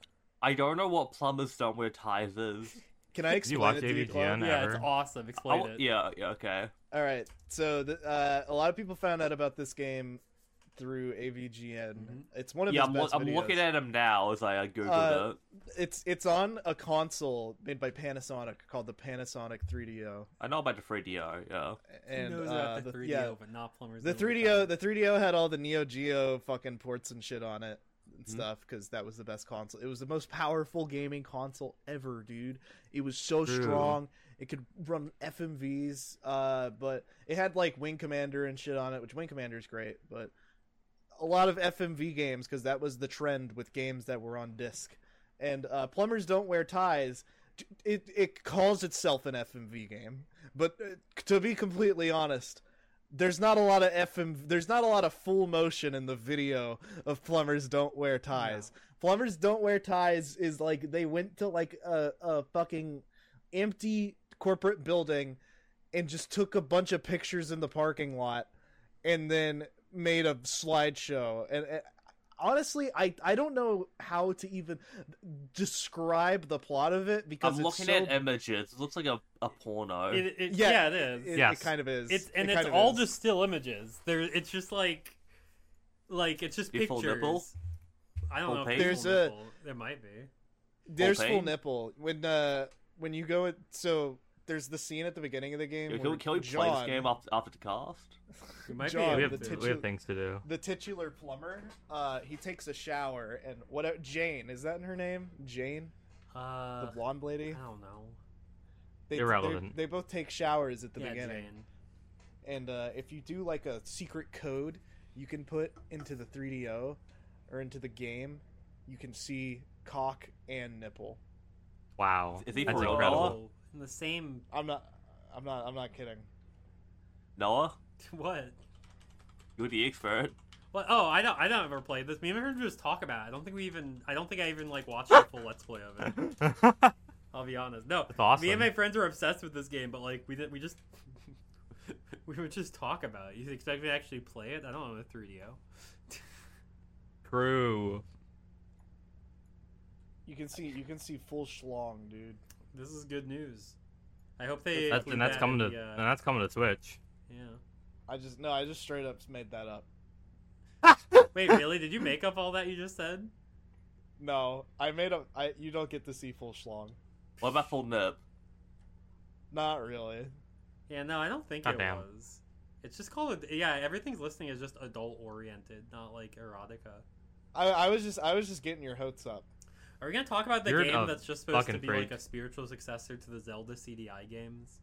I don't know what plumbers don't wear ties is.
Can I
Did you
explain
watch
it to you,
AVGN?
Claude?
Yeah, it's
Ever.
awesome. Explain
I wa-
it.
Yeah, yeah, okay.
All right. So the, uh, a lot of people found out about this game through AVGN.
Mhm.
It's one of
yeah,
his
I'm, loo-
best
I'm
videos.
looking at him now as I uh, googled
Uh,
it.
It's it's on a console made by Panasonic called the Panasonic 3DO.
I know about the 3DO. Yeah,
And
Who knows
uh,
about the, 3DO,
yeah,
but not plumbers.
the
Don't Wear
3DO
Ties.
the 3DO had all the Neo Geo fucking ports and shit on it
Mhm.
and
Mm-hmm.
stuff because that was the best console. It was the most powerful gaming console ever, dude. It was so
True.
strong. It could run FMVs, uh, but it had like Wing Commander and shit on it, which Wing Commander is great, but a lot of FMV games because that was the trend with games that were on disc. And uh, plumbers don't wear ties. T- It it calls itself an FMV game, but uh, to be completely honest, there's not a lot of FM. There's not a lot of full motion in the video of plumbers don't wear ties. Plumbers don't wear ties is like they went to like a, a fucking empty corporate building and just took a bunch of pictures in the parking lot and then made a slideshow and. and Honestly, I, I don't know how to even describe the plot of it because
I'm
it's
looking
so,
at images. It looks like a, a porno.
It, it,
Yeah,
yeah, it is.
it,
Yes.
it kind of is.
It's and
It
it's
kind of
all
is.
just still images. There, it's just like, like it's just
Be full
pictures.
nipple?
I
Full
don't know. If
page?
there's
There's a-
nipple. There might be.
There's
Full
full
pain?
nipple when uh when you go at, so there's the scene at the beginning of the game.
Yeah, can,
where
we, can we
John,
play this game after, after the cast?
There might
John,
be.
we
the
have we
titu-
have things to do.
The titular plumber, uh, he takes a shower and what uh, Jane is that her name? Jane,
uh,
the blonde
I
lady.
don't know.
They,
Irrelevant.
They, they both take showers at the
yeah,
beginning,
Jane.
and uh, if you do like a secret code, you can put into the 3DO or into the game, you can see cock and nipple.
Wow,
Is he
that's
for real?
incredible.
Oh, in the same.
I'm not, I'm not, I'm not kidding.
Noah,
What?
you're the expert.
What? Oh, I don't. I don't ever played this. Me and my friend just talk about. it. I don't think we even. I don't think I even like watched the full let's play of it. I'll be honest. No,
That's awesome.
me and my friends are obsessed with this game, but like we didn't. We just we would just talk about it. You expect me to actually play it? I don't own a 3DO.
True.
You can see, you can see full schlong, dude.
This is good news. I hope they.
That's,
include
and that's
that
coming to
in
and
the, uh,
that's coming to Switch.
yeah.
I just no, I just straight up made that up.
Wait, really? Did you make up all that you just said?
No, I made up. I you don't get to see full schlong.
What about full nip?
Not really.
Yeah, no, I don't think
God
it
damn.
was. It's just called. A, yeah, everything's listening is just adult oriented, not like erotica.
I, I was just I was just getting your hopes up.
Are we gonna talk about the
You're
game
a
that's just supposed to
fucking
be
freak.
like a spiritual successor to the Zelda CDI games?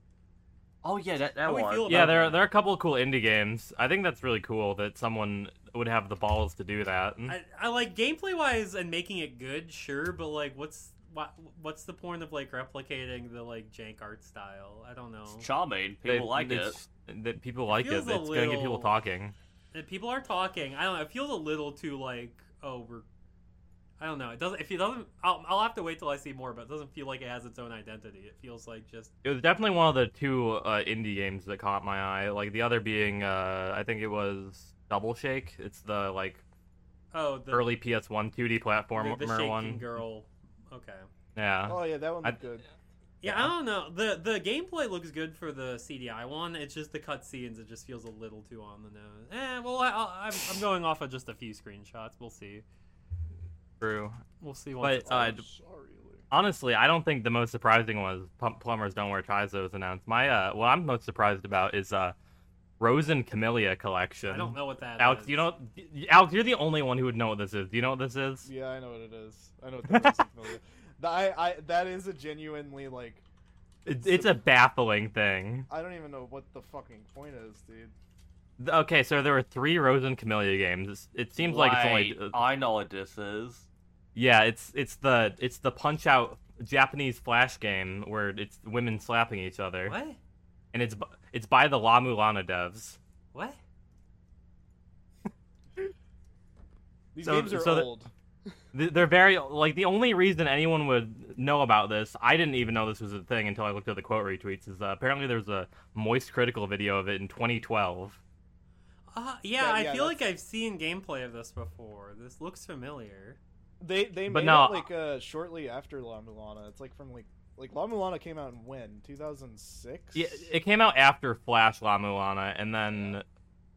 Oh yeah, that that
How we
one.
feel
Yeah,
about
there are,
that?
there are a couple of cool indie games. I think that's really cool that someone would have the balls to do that.
I, I like gameplay wise and making it good, sure, but like, what's wha- what's the point of like replicating the like jank art style? I don't know.
It's charming. People like it.
it's- That people like it.
feels
It's
a
gonna get people
little-
talking.
If people are talking. I don't know. It feels a little too like oh we're. I don't know. It doesn't. If it doesn't, I'll, I'll have to wait till I see more. But it doesn't feel like it has its own identity. It feels like just
It was definitely one of the two uh, indie games that caught my eye. Like the other being, uh, I think it was Double Shake. It's the like
oh the
early PS1 2D platformer
the, the shaking
one.
girl. Okay.
Yeah.
Oh yeah, that one
I-
looked good.
Yeah,
Yeah.
I don't know. the The gameplay looks good for the CDI one. It's just the cutscenes. It just feels a little too on the nose. Eh, well, I, I, I'm I'm going off of just a few screenshots. We'll see.
True.
We'll see. Once
But, uh,
out.
d- Honestly, I don't think the most surprising was Plum- Plumbers Don't Wear Ties that was announced. My uh, what I'm most surprised about is uh, Rose and Camellia collection.
I don't know what that is.
Alex, you know, Alex, you're the only one who would know what this is. Do you know what this is?
Yeah, I know what it is. I know what that is. Familiar. The- I, I, that is a genuinely like
It's, it's a baffling thing.
I don't even know what the fucking point is, dude.
Th- Okay, so there were three Rose and Camellia games. It's, it seems like it's
Wait,
only uh,
I know what this is.
yeah. It's it's the it's the Punch Out Japanese flash game where it's women slapping each other,
what?
and it's b- it's by the La Mulana devs.
What?
These
So-
games are
so the-
old.
Th- They're very like the only reason anyone would know about this. I didn't even know this was a thing until I looked at the quote retweets. Is uh, apparently there's a moist critical video of it in 2012.
Uh, yeah,
Yeah,
I
yeah,
feel
that's-
like I've seen gameplay of this before. This looks familiar.
They they
But
made
no,
it like uh, shortly after La Mulana. It's like from like like La Mulana came out in when 2006.
Yeah, it came out after Flash La Mulana, and then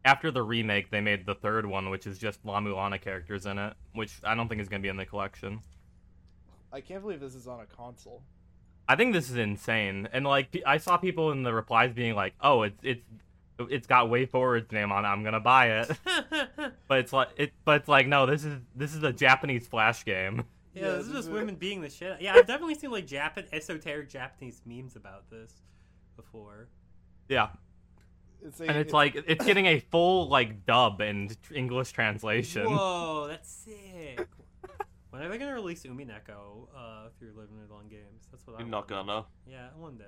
after the remake, they made the third one, which is just La Mulana characters in it, which I don't think is going to be in the collection.
I can't believe this is on a console.
I think this is insane, and like pe- I saw people in the replies being like, "Oh, it's it's it's got Way Forward's name on it. I'm gonna buy it."
yeah,
But it's like it, but it's like no, this is this is a Japanese Flash game.
Yeah,
this is
this
just
is-
women being the shit. Yeah, I've definitely seen like Japan esoteric Japanese memes about this before.
Yeah,
It's a,
and it's like it's getting a full like dub and tr- English translation.
Whoa, that's sick. when are they gonna release Umineko uh, through Living with Long Games? That's what
You're
I'm
not gonna.
Yeah, one day.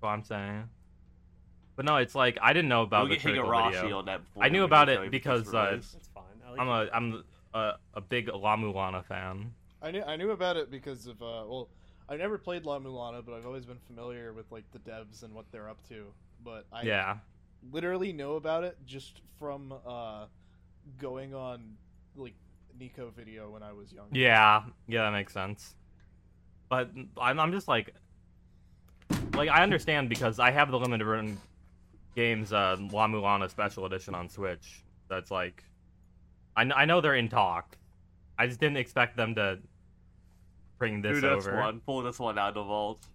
What I'm saying. But no, it's like I didn't know about
You'll
the
get
critical video.
Higurashi on that.
I knew
board
about it
when they first
because, uh,
released.
That's fine. I like
I'm a
it.
I'm a, a big La Mulana fan.
I knew I knew about it because of uh, well, I never played La Mulana, but I've always been familiar with like the devs and what they're up to. But I
yeah,
literally know about it just from uh, going on like Nico video when I was young.
yeah, yeah. That makes sense. But I'm I'm just like, like I understand because I have the limited run games uh, La Mulana Special Edition on Switch. That's like, I kn- I know they're in talk. I just didn't expect them to bring this
Do this
over.
one. Pull this one out of the vault.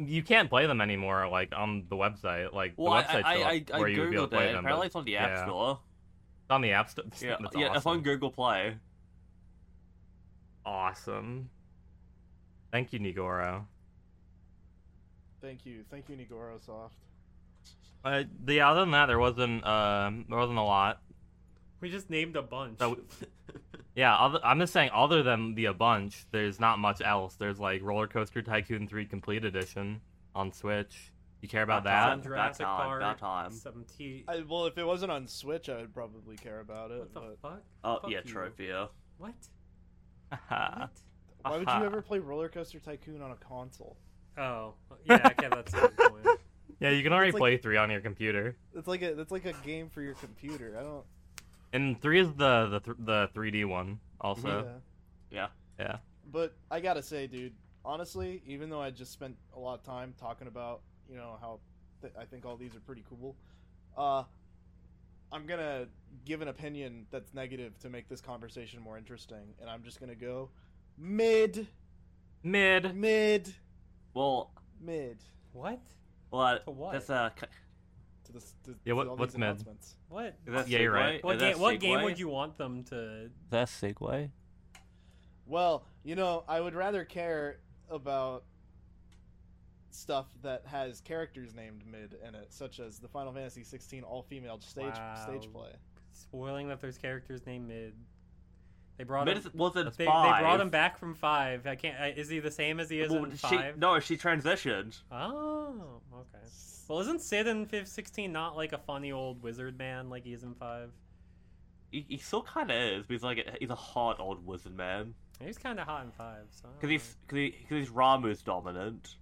You can't play them anymore, like on the website. Like
Well,
the
I
website's
I,
still
I,
up
I, I
where you would be able
googled
to play
it.
them.
Apparently,
but
it's on the App
yeah.
Store.
It's on the App Store.
Yeah,
That's
yeah. It's
awesome.
on Google Play.
Awesome. Thank you, Nigoro.
Thank you, thank you, Nigoro Soft.
Uh, the other than that, there wasn't um there wasn't a lot.
We just named a bunch.
So- Yeah, other, I'm just saying, other than the a bunch, there's not much else. There's like Roller Coaster Tycoon 3 Complete Edition on Switch. You care about
About
Some
that?
time, about
Jurassic
time,
Park,
about time.
some T.
I, well, if it wasn't on Switch, I would probably care about it.
What the
but
fuck?
Oh
Fuck
yeah,
you.
Tropia.
What?
Ah.
Haha.
What?
why would
Aha.
you ever play Roller Coaster Tycoon on a console?
Oh, yeah, okay, that's a good point.
yeah, you can already
It's like-
play three on your computer.
It's like a that's like a game for your computer. I don't.
And three is the the th- the 3D one also.
yeah.
Yeah.
Mm-hmm. Yeah.
But I gotta say, dude, honestly, even though I just spent a lot of time talking about, you know, how th- I think all these are pretty cool, uh, I'm gonna give an opinion that's negative to make this conversation more interesting, and I'm just gonna go mid,
Mid.
mid,
Well,
mid
What?
well,
To what?
that's uh, a.
to this. To,
Yeah, what-
to all
what's
these
mid?
announcements.
What?
That's
Yeah, you're right.
What, game, what game would you want them to?
That segue.
Well, you know, I would rather care about stuff that has characters named mid in it, such as the Final Fantasy 16 all-female stage
Wow.
stage play.
Spoiling that there's characters named Mid. They brought him.
Menace was in
They, they
five.
brought him back from five. I can't. I, is he the same as he is
Well,
in
she,
five?
no, she transitioned.
Oh, okay. Well, isn't Sid in fif- sixteen not like a funny old wizard man like he is in five?
He, he still kind of is, but he's like a, he's a hard old wizard man
He's kind of hot in five, so I don't
because he's because he, 'cause he's Ramu's dominant.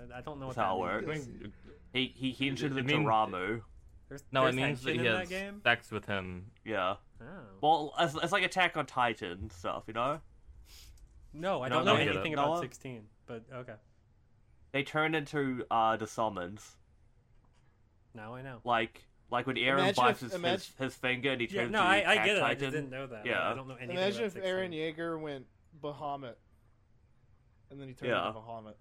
know. I don't know what that
That's how it
means.
works. He he hinges
it
into
mean-
Ramu.
There's,
No,
there's
it means that
action
he
in
has
that game.
sex with him.
Yeah.
Oh.
Well, it's, it's like Attack on Titan stuff, you know.
No, I
No,
don't
no,
know
I get it.
anything
No,
about
I-
sixteen, but okay.
They turn into uh the summons,
Now I know.
like like when Aaron
Imagine
bites
if-
his,
imagine-
his, his finger and he
Yeah,
turns
no,
into
I, I
Attack
get it. I
Titan.
just didn't know that.
Yeah.
I don't know anything
Imagine
about
if
16.
Aaron Yeager went Bahamut, and then he turned
Yeah.
into Bahamut.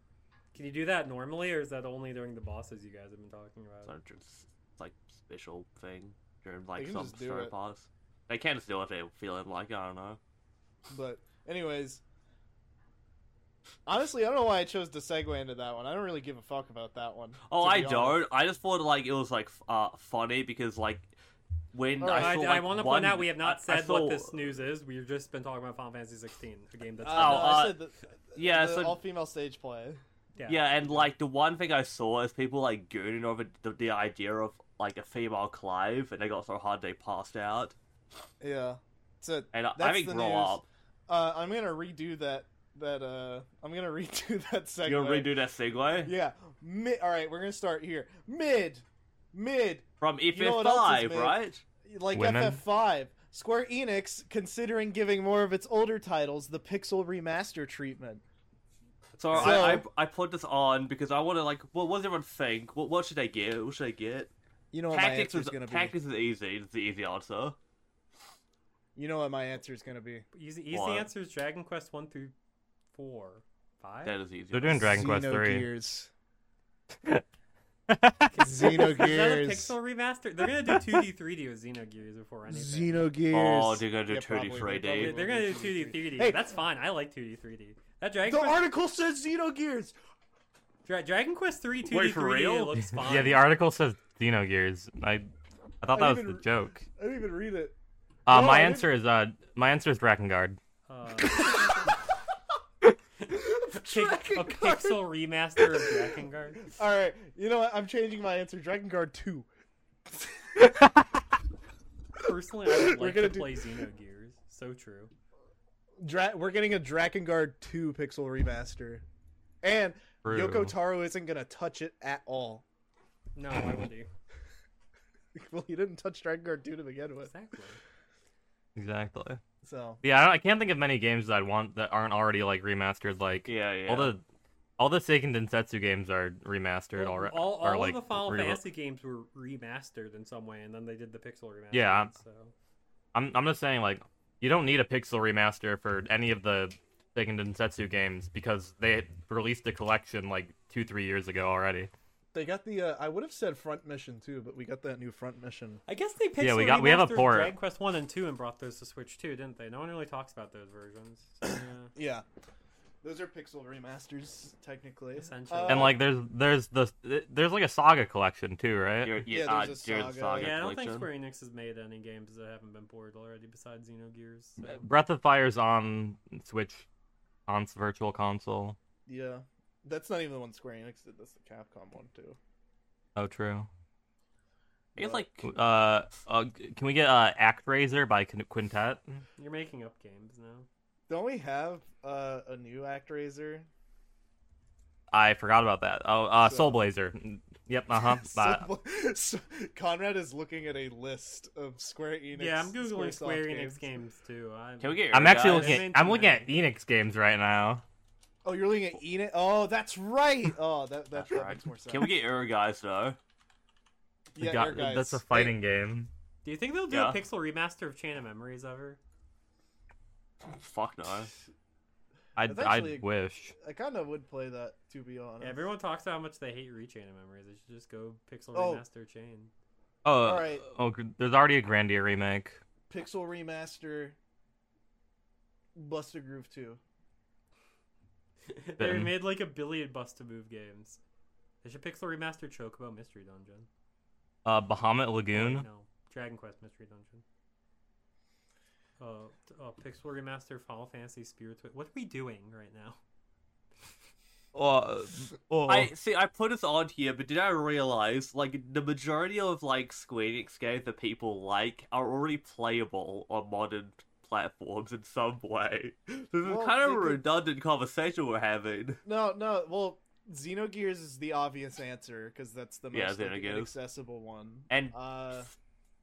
Can you do that normally, or is that only during the bosses you guys have been talking
It's
about?
not just- it's like special thing during like
can
some
just do
story
it.
parts. They can just do it if they feel it like I don't know.
But anyways, honestly, I don't know why I chose to segue into that one. I don't really give a fuck about that one.
Oh,
to
I
be honest.
don't. I just thought like it was like f- uh, funny because like when
Alright.
I
I,
saw
I
like,
want to
one-
point out we have not
I- I
said what
saw-
this news is. We've just been talking about Final Fantasy 16, a game that's
Uh,
Oh,
no, I
uh,
said the,
yeah,
the
so-
all-female stage play.
yeah.
Yeah, and like the one thing I saw is people like gooning over the, the idea of like a female Clive, and they got so hard they passed out.
Yeah, so
And I, I
That's
think
the
grow
news.
up.
uh, I'm gonna redo that. That uh, I'm gonna redo that segue.
You're gonna redo that segue
Yeah. Mid. All right, we're gonna start here. Mid. Mid.
from
You know what else is
FF5,
made?
right?
like
Women?
FF5. Square Enix considering giving more of its older titles the pixel remaster treatment.
So, I, I
So-
I put this on because I want to like, what, what does everyone think? What what should I get? What should I get?
You know what
tactics
my
was
answer's gonna
tactics is easy. It's the easy answer.
be. You know what my answer's gonna be.
Easy, easy
What?
answer is Dragon Quest 1 through 4. 5?
That is easy.
They're doing Dragon Quest three.
Xenogears.
Is that a
Xenogears.
pixel remaster? They're going to do 2D, 3D with Xenogears before anything.
Xenogears.
Oh, they're gonna do
Yeah,
two D
probably,
three
They're,
D.
probably.
going to do 2D, 3D.
Hey!
That's fine. I like 2D, 3D. That Dragon
the
Quest,
article says Xenogears.
Dra- Dragon Quest 3 2D,
Wait, for
3D
real?
looks fine.
Yeah, the article says Xenogears. I, I thought
I
that was
even-
the joke.
I didn't even read it.
Uh,
No, I
my
didn't-
answer is uh, my answer is Drakengard.
Uh, pic-
Dragon
a
Guard.
pixel remaster of Dragon Guard.
All right. You know what? I'm changing my answer. Dragon Guard Two.
Personally, I would
We're
like
gonna
to
do-
play Xenogears. So true.
Dra- we're getting a Dragon Guard 2 pixel remaster. And
True.
Yoko Taro isn't going to touch it at all.
No, why would you?
Well, he didn't touch Dragon Guard 2 to begin with.
Exactly.
Exactly.
So,
Yeah, I, don't, I can't think of many games that I'd want that aren't already like remastered. Like
Yeah, yeah.
all the all the Seiken Densetsu games are remastered
Well,
already.
all all
or,
of
like,
the Final
re-
Fantasy games were remastered in some way, and then they did the pixel remaster.
Yeah.
So
I'm I'm just saying like you don't need a pixel remaster for any of the Seiken Densetsu games because they released a collection like two three years ago already.
they got the. Uh, I would have said front mission too, but we got that new front mission.
I guess they pixel
Yeah, we got- we have a
remastered
port.
Dragon Quest One and Two and brought those to Switch too, didn't they? No one really talks about those versions. So, yeah.
Yeah. Those are pixel remasters, technically. Uh,
Essentially.
and like there's there's the there's like a saga collection too, right?
You're,
Yeah,
yeah,
there's
uh,
a
there's
saga.
a saga
yeah, I don't think
collection.
Square Enix has made any games that haven't been ported already besides Xenogears. So.
Breath of Fire's on Switch, on s- Virtual Console.
yeah. That's not even the one Square Enix did. That's the Capcom one too.
Oh, true.
I guess like
Uh, uh g- can we get uh, Actraiser by Quin- Quintet?
You're making up games now.
Don't we have uh, a new Actraiser?
I forgot about that. Oh, uh,
So-
Soul Blazer. Yep. Uh
Uh-huh.
huh. that,
So- so- Conrad is looking at a list of Square Enix.
yeah, I'm googling
Squaresoft
Square Enix games,
games.
too. I,
can we get?
I'm actually
Erudite?
They
looking. At,
made
I'm
too
looking at Enix games right now.
Oh, you're looking at Enix. Oh, that's right. Oh, that that,
That's
that
right.
makes more sense.
Can we get Erudite, guys though?
Yeah,
God,
Air Guys.
that's a fighting game.
Do you think they'll do a
Yeah.
pixel remaster of Chain of Memories ever?
Fuck no.
I
That's actually
I
a-
wish.
I kind of would play that to be honest.
Yeah, everyone talks about how much they hate Rechain of Memories. They should just go pixel
Oh.
remaster Chain.
Oh,
Alright.
oh, gr- there's already a Grandia remake.
Pixel remaster. Buster Groove Two.
they
Bitten.
made like a billion bust to move games. They should pixel remaster Chocobo Mystery Dungeon.
Uh, Bahamut
Oh, wait,
Lagoon.
No, Dragon Quest Mystery Dungeon. uh, t- uh, Pixel Remaster Final Fantasy Spirits. What are we doing right now?
Or
Oh,
I see. I put us on here, but did I realize like the majority of like Square Enix games that people like are already playable on modern platforms in some way? This
Well,
is kind of
they
a
could-
redundant conversation we're having.
No, no. Well, Xenogears is the obvious answer because that's the most
Yeah,
like,
Xenogears.
accessible one.
And
Uh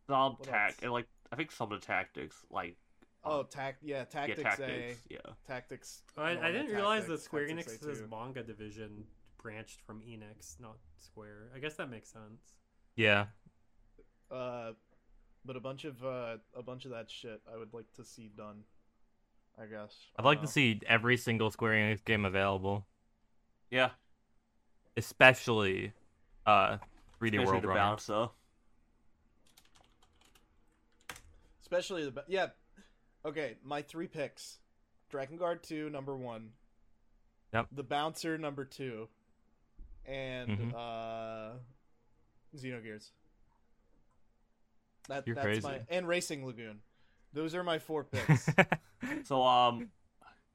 some
what
tac
else?
and like I think some of the tactics, like
oh,
um,
tac yeah,
yeah,
tactics eh?
tactics, yeah.
A, tactics.
Oh, I,
no,
I didn't
tactics,
realize that Square
tactics
Enix's
A2.
manga division branched from Enix, not Square. I guess that makes sense.
yeah.
Uh, but a bunch of uh, a bunch of that shit I would like to see done. I guess
I'd like
Uh,
to see every single Square Enix game available,
yeah.
especially uh 3D
especially
World
the
Runner.
bouncer.
especially the be- yeah. Okay, my three picks: Dragon Guard Two, number one.
Yep.
The Bouncer, number two, and
Mhm.
uh, Xenogears. That,
You're
that's my
crazy.
and Racing Lagoon. Those are my four picks.
So um,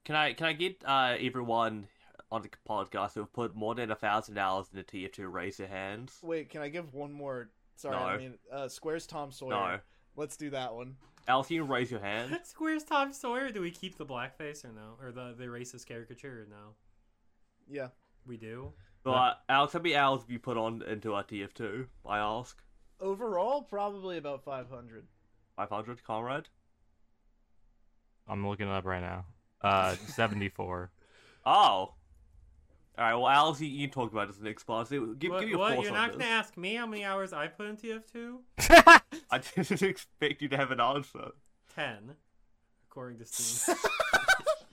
can I can I get uh everyone on the podcast who have put more than a thousand hours into TF2 raise their hands?
Wait, can I give one more? Sorry, I
No.
mean uh, Squares Tom
Oh,
Sawyer.
No,
Let's do that one.
Alice, you raise your hand.
Square's Tom Sawyer. Do we keep the blackface or no? Or the the racist caricature? or No,
Yeah.
we do.
But uh, Alex, how many hours have you put on into our TF2? I ask.
Overall, probably about 500.
Five hundred, comrade.
I'm looking it up right now. Uh 74.
Oh. All right. Well, Alex, you, you can talk about this next part. So Give,
what?
give me your
what?
thoughts
You're
on
not
this.
gonna ask me how many hours I put in TF2?
I didn't expect you to have an answer.
Ten, according to Steam.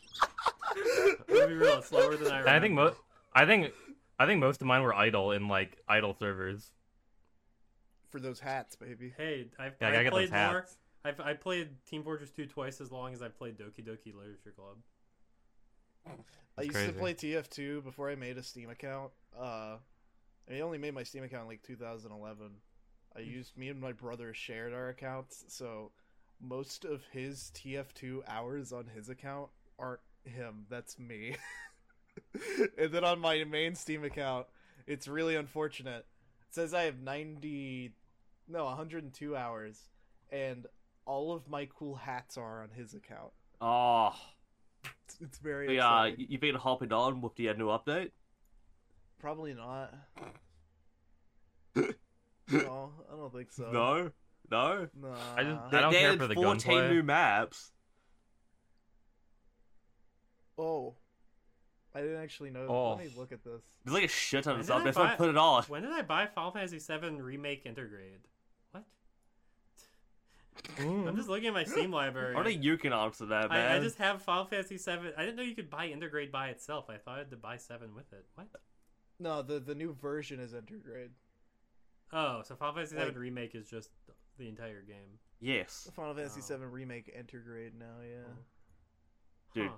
Let me real. It's lower than I.
And I think
remember.
most I think I think most of mine were idle in like idle servers.
For those hats, baby.
Hey, I've
Yeah, I gotta
I've
get those
played more.
hats.
I've I played Team Fortress 2 twice as long as I've played Doki Doki Literature Club.
I
That's
used to
crazy.
play TF2 before I made a Steam account. Uh, I only made my Steam account in like 2011. I
Hmm.
used me and my brother shared our accounts, so most of his TF2 hours on his account aren't him. That's me. and then on my main Steam account, it's really unfortunate. It says I have 90, no, 102 hours, and all of my cool hats are on his account.
Oh,
It's, it's very
the, uh,
upsetting.
you've been hopping on with the uh, new update.
Probably not. no, I don't think so.
No, no.
Nah.
I just- I don't
They
care
added
for the
fourteen
gunplay.
new maps.
oh. I didn't actually know.
Oh.
Let me look at this.
There's like a shit ton
When did
of stuff.
I
That's why I
buy-
put it on.
When did I buy Final Fantasy VII Remake Intergrade? What? I'm just looking at my Steam library.
Only you can answer that, Hmm. man.
I, I just have Final Fantasy VII. I didn't know you could buy Intergrade by itself. I thought I had to buy Seven with it. What?
No, the the new version is intergrade.
Oh, so Final Fantasy
Like-
VII Remake is just the entire game.
Yes,
The Final Fantasy
Oh.
VII remake intergrade now. Yeah.
dude.
Huh.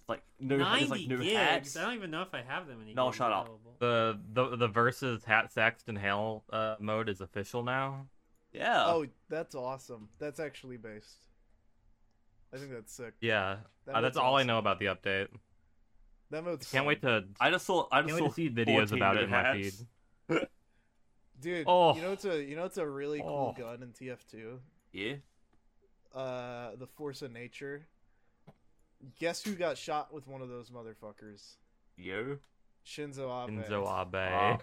It's Like new, it's
Ninety
like new
gigs.
hats.
I don't even know if I have them any.
No, shut up.
The the the versus Hat Saxton Hale uh, mode is official now.
Yeah.
Oh, that's awesome. That's actually based. I think that's sick.
Yeah,
That
uh, that's
mode's
all I
awesome.
know about the update.
That mode's
Can't wait
sick.
to
I just saw. I just
can't wait
saw
to see videos
14
about
new
it in my feed.
hats.
dude.
Oh.
You know it's a you know it's a really cool
Oh.
gun in TF2.
Yeah.
Uh, the Force of Nature. Guess who got shot with one of those motherfuckers?
You.
Shinzo Abe.
Enzo Abe.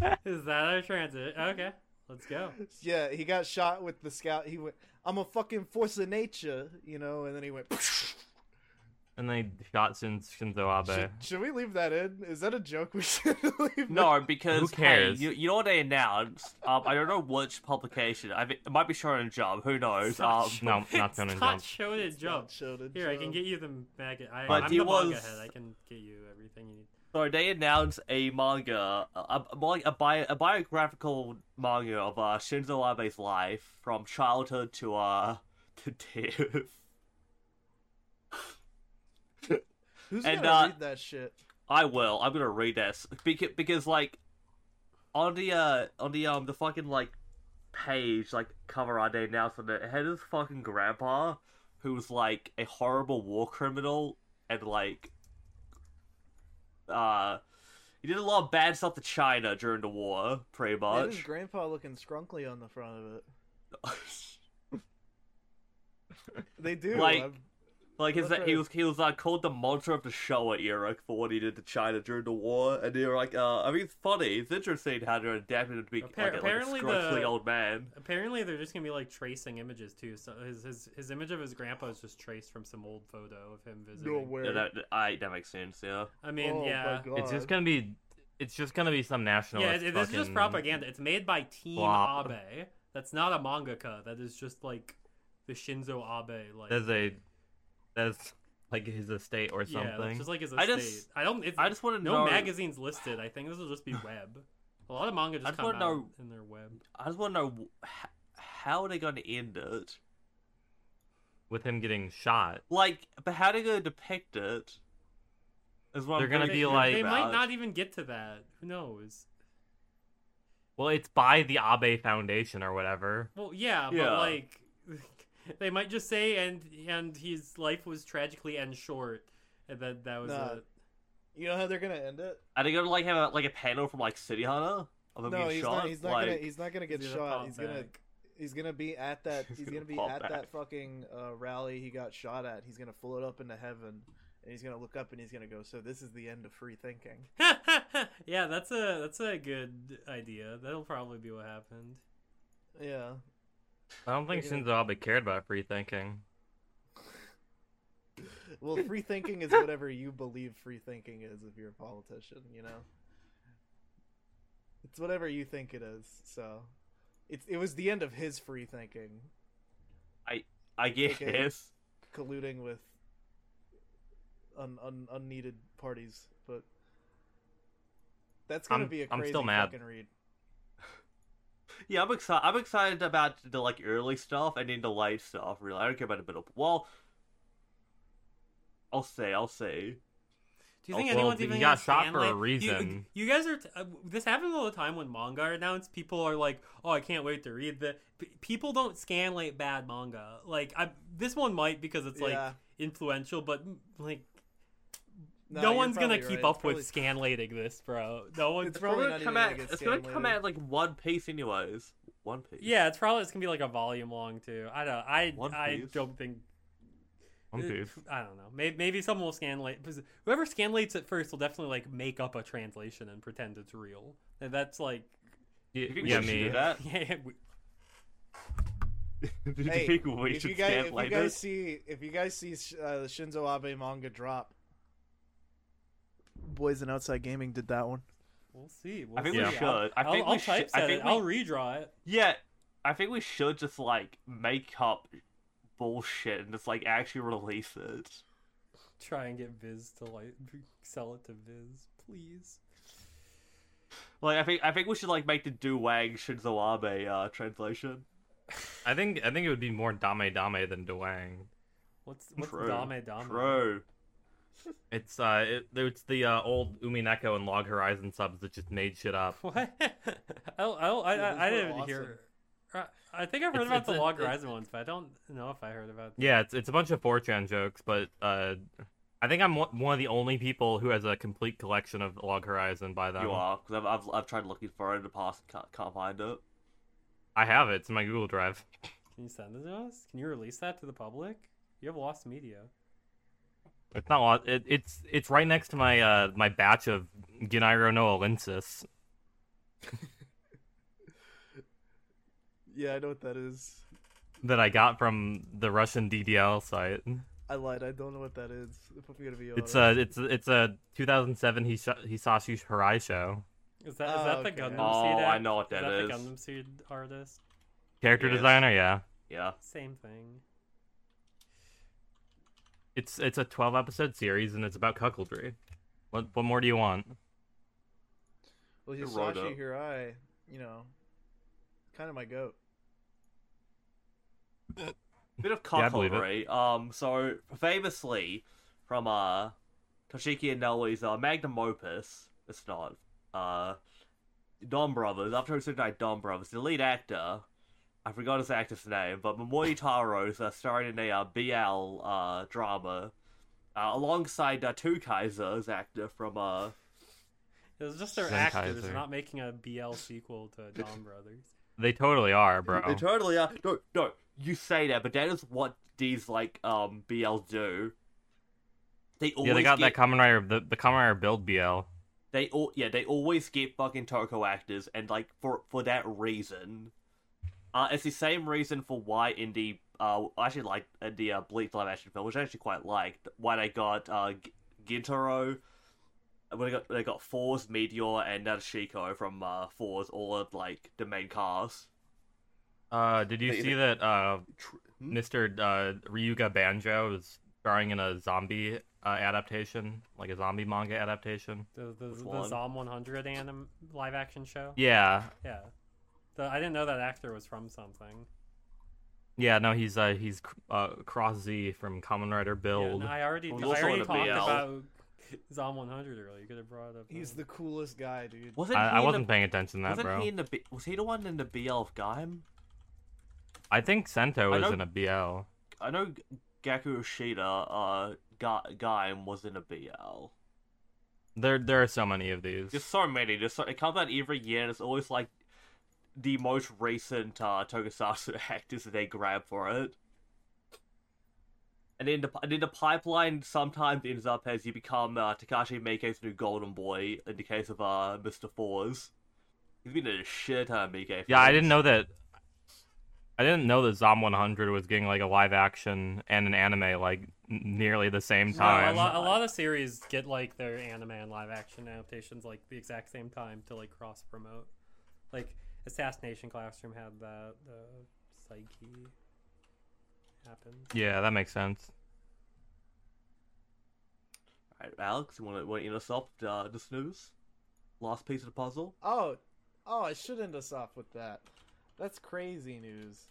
Uh,
Is that our transit? Okay, let's go.
Yeah, he got shot with the scout. He went, "I'm a fucking force of nature," you know, and then he went.
and they shot Shin- Shinzo Abe.
Should, should we leave that in? Is that a joke? We should leave.
No, because
Who cares?
Hey, you, you know what they announced? Um, I don't know which publication. I think it might be Shonen Jump. Who knows? Um,
Stop
no,
showing-
not Shonen
stop
Jump.
showing it
It's not
jump.
Shonen
Here, I can
Jump.
get you the manga. I,
But
I'm
he
the manga
was-
head. I can get you everything you need.
so they announced a manga, a, a, bi- a, bi- a biographical manga of uh, Shinzo Abe's life from childhood to uh to death.
Who's
and,
gonna
uh,
read that shit?
I will. I'm gonna read this because, because like on the uh on the um the fucking like page, like cover art they announced on it, it had his fucking grandpa, who was like a horrible war criminal and like uh he did a lot of bad stuff to China during the war, pretty
Man, his
much.
grandpa looking scrunkly on the front of it. They do.
Like-
I'm-
like his,
That's
he
right.
was he was like called the monster of the Showa era for what he did to China during the war, and they were like, uh, I mean, it's funny, it's interesting how they're adapting to be
Appar-
like, a, like a
apparently the-
scruffy old man.
Apparently, they're just gonna be like tracing images too. So his his, his image of his grandpa is just traced from some old photo of him visiting.
no way.
Yeah, that, I, that makes sense, yeah.
I mean,
oh
yeah,
my god.
It's just gonna be, it's just gonna be some national.
yeah. It, this is just propaganda. It's made by Team
Flop.
Abe. That's not a mangaka. That is just like the Shinzo Abe. Like
That's a, that's like his estate or
yeah, that's
something.
just like his estate.
I
I,
just-
don't. It's,
I just want to
no
know.
magazines listed. I think this will just be web. A lot of manga
I
just
just
come out
wanna know-
in their web.
I just want to know h- how are they going to end it?
With him getting shot,
Like, but how are they going to depict it? Is what
They're
I'm
gonna
really
be
curious
like-
They might
about.
not even get to that. Who knows?
well, it's by the Abe Foundation or whatever.
Well, yeah,
Yeah.
but like they might just say and and his life was tragically and short, and that that was
Nah.
it.
You know how they're gonna end it?
Are they going to like have a, like a panel from like City Hunter of him
No,
getting
he's
shot?
not. He's not
like,
gonna. He's not gonna get
He's gonna
shot.
pop
He's gonna.
back.
He's gonna be at that.
He's
He's,
gonna
gonna, be
pop
at
back.
that fucking uh, rally he got shot at. He's gonna float up into heaven, and he's gonna look up and he's gonna go. So this is the end of free thinking.
yeah, that's a that's a good idea. That'll probably be what happened.
Yeah.
I don't think
They're gonna-
Shinzo Abe cared about free thinking.
Well, free thinking is whatever you believe free thinking is. If you're a politician, you know. It's whatever you think it is. So, it's it was the end of his free thinking,
I guess.
Okay. colluding with un, un unneeded parties, but. That's gonna
I'm-
be a
I'm
crazy
still mad.
fucking read.
Yeah, I'm excited. I'm excited about the like early stuff and then the late stuff. Really, I don't care about the middle. Well, I'll say, I'll say.
Do you think
Well,
anyone's
he
even
got shot
understand,
for
like-
a
you-
reason.
You, guys are. T- uh, this happens all the time when manga are announced. People are like, "Oh, I can't wait to read the." P- people don't scan like bad manga. Like I, this one might because it's like
Yeah.
influential, but like
Nah,
no
you're
one's gonna
probably
keep
right.
up
It's
with scanlating this, bro. No
It's
one's.
probably
gonna
not
come
even
out.
gonna get
It's gonna
scanned
come
later.
out like one piece, anyways. One piece.
Yeah, it's probably it's gonna be like a volume long too. I don't. I
One
I
Piece.
don't think.
One
uh,
Piece.
I don't know. Maybe, maybe someone will scanlate. Whoever scanlates it first will definitely like make up a translation and pretend it's real. And that's like.
Y-
You think
yeah,
we should do
me.
that?
Yeah, we-
Do you
Hey,
think we
if
should
you guys,
stand
if
like
you guys
this?
see if you guys see sh- uh, the Shinzo Abe manga drop, Boys and Outside Gaming did that one.
We'll see. We'll
I think
see.
we
Yeah.
I'll,
should. I think
I'll, I'll
we should.
typeset
I think
it.
we-
I'll redraw it.
Yeah, I think we should just like make up bullshit and just like actually release it.
Try and get Viz to like sell it to Viz, please.
Like I think I think we should like make the Do Wang Shinzo Abe uh, translation.
I think I think it would be more Dame Dame than Dewang.
What's what's
True.
Dame Dame?
True.
It's uh, it, it's the uh, old Umineko and Log Horizon subs that just made shit up.
What? I don't, I, don't, I,
Yeah,
I,
those
I
were
didn't
awesome.
hear. I- I think I've heard
It's-
about
it's
the
a-
Log
it's-
Horizon ones, but I don't know if I heard about.
Yeah, it's it's a bunch of 4chan jokes, but uh, I think I'm one one of the only people who has a complete collection of Log Horizon by them.
You are because I've, I've I've tried looking for it in the past. Can't, can't find it.
I have it. It's in my Google Drive.
Can you send it to us? Can you release that to the public? You have lost media.
It's not lost. It, it's it's right next to my uh my batch of Gennaro no Olensis.
Yeah, I know what that is.
that I got from the Russian DDL site.
I lied. I don't know what that is. If I'm gonna be
It's
uh,
honest.
a it's a, it's a 2007 Hisa- Hisashi Harai show.
Is that is
Oh,
that the
okay.
Gundam
Oh,
Seed?
I
act?
know what that
is.
is.
that the Gundam Seed artist?
Character
Yes.
designer, yeah.
Yeah.
Same thing.
It's it's a 12 episode series and it's about cuckoldry. What what more do you want?
well,
It rolled up.
Hisashi Hirai, you know, kind of my goat.
bit of
Yeah, I believe it.
cuckoldry. um, so famously from uh Toshiki Inouye's uh, magnum opus, it's not uh Don Brothers. After Hokuto Night Don Brothers, the lead actor I forgot his actor's name, but Momoi Taro's uh, starring in a uh, BL uh, drama uh, alongside uh, two Kaiser's actor from uh,
It was just their
Zen
actors.
Kaiser.
They're not making a BL sequel to Dom Brothers.
They totally are, bro.
They totally are. No, no, you say that, but that is what these like um BLs do. They always
yeah, they got that
get,
Kamen Rider, the, the Kamen Rider build BL.
They all yeah, they always get fucking Toko actors, and like for for that reason, uh, it's the same reason for why indie uh I actually like the uh, Bleach live action film, which I actually quite liked. Why they got uh G- Gintaro. When they got they got Fours, Meteor, and Nadeshiko from uh, Fours, all of like the main cast.
Uh, did you
They-
see that uh,
Tr- hmm?
Mr. Uh, Ryuga Banjo is starring in a zombie uh, adaptation, like a zombie manga adaptation?
The the,
Which
the
one?
Zom 100 anim live action show.
Yeah,
Yeah. The, I didn't know that actor was from something.
yeah. No, he's uh, he's uh, Cross Z from Kamen Rider
Yeah,
Build.
no, I already,
It
I
was also in
already
a
talked
BL.
about Zom 100 earlier. You could have brought up.
He's
uh,
the coolest guy, dude.
Wasn't
I,
he
I
in the-
wasn't paying attention to that,
Wasn't
bro.
he in the B- was he the one in the BL of Gaim?
I think Sento
I
is
don't-
in a BL.
I know G- Gaku Shida, uh, Ga- Gaim was in a BL.
There, there are so many of these.
There's so many. There's so, it comes out every year, and it's always like the most recent uh, Tokusatsu actors that they grab for it. And then the and then the pipeline sometimes ends up as you become uh, Takashi Miike's new golden boy. In the case of uh, Mr. Fours, he's been in a shit uh, ton of Miike.
Yeah, I
films.
didn't know that. I didn't know that Zom 100 was getting like a live action and an anime like n- nearly the same
No, Oh, a,
time.
lot, a lot of series get like their anime and live action adaptations like the exact same time to like cross promote. Like Assassination Classroom had that. Uh, Psyche happened.
Yeah, that makes sense.
Alright, Alex, you want to want to end us off with, uh, this news? Last piece of the puzzle.
Oh, oh, I should end us off with that. That's crazy news.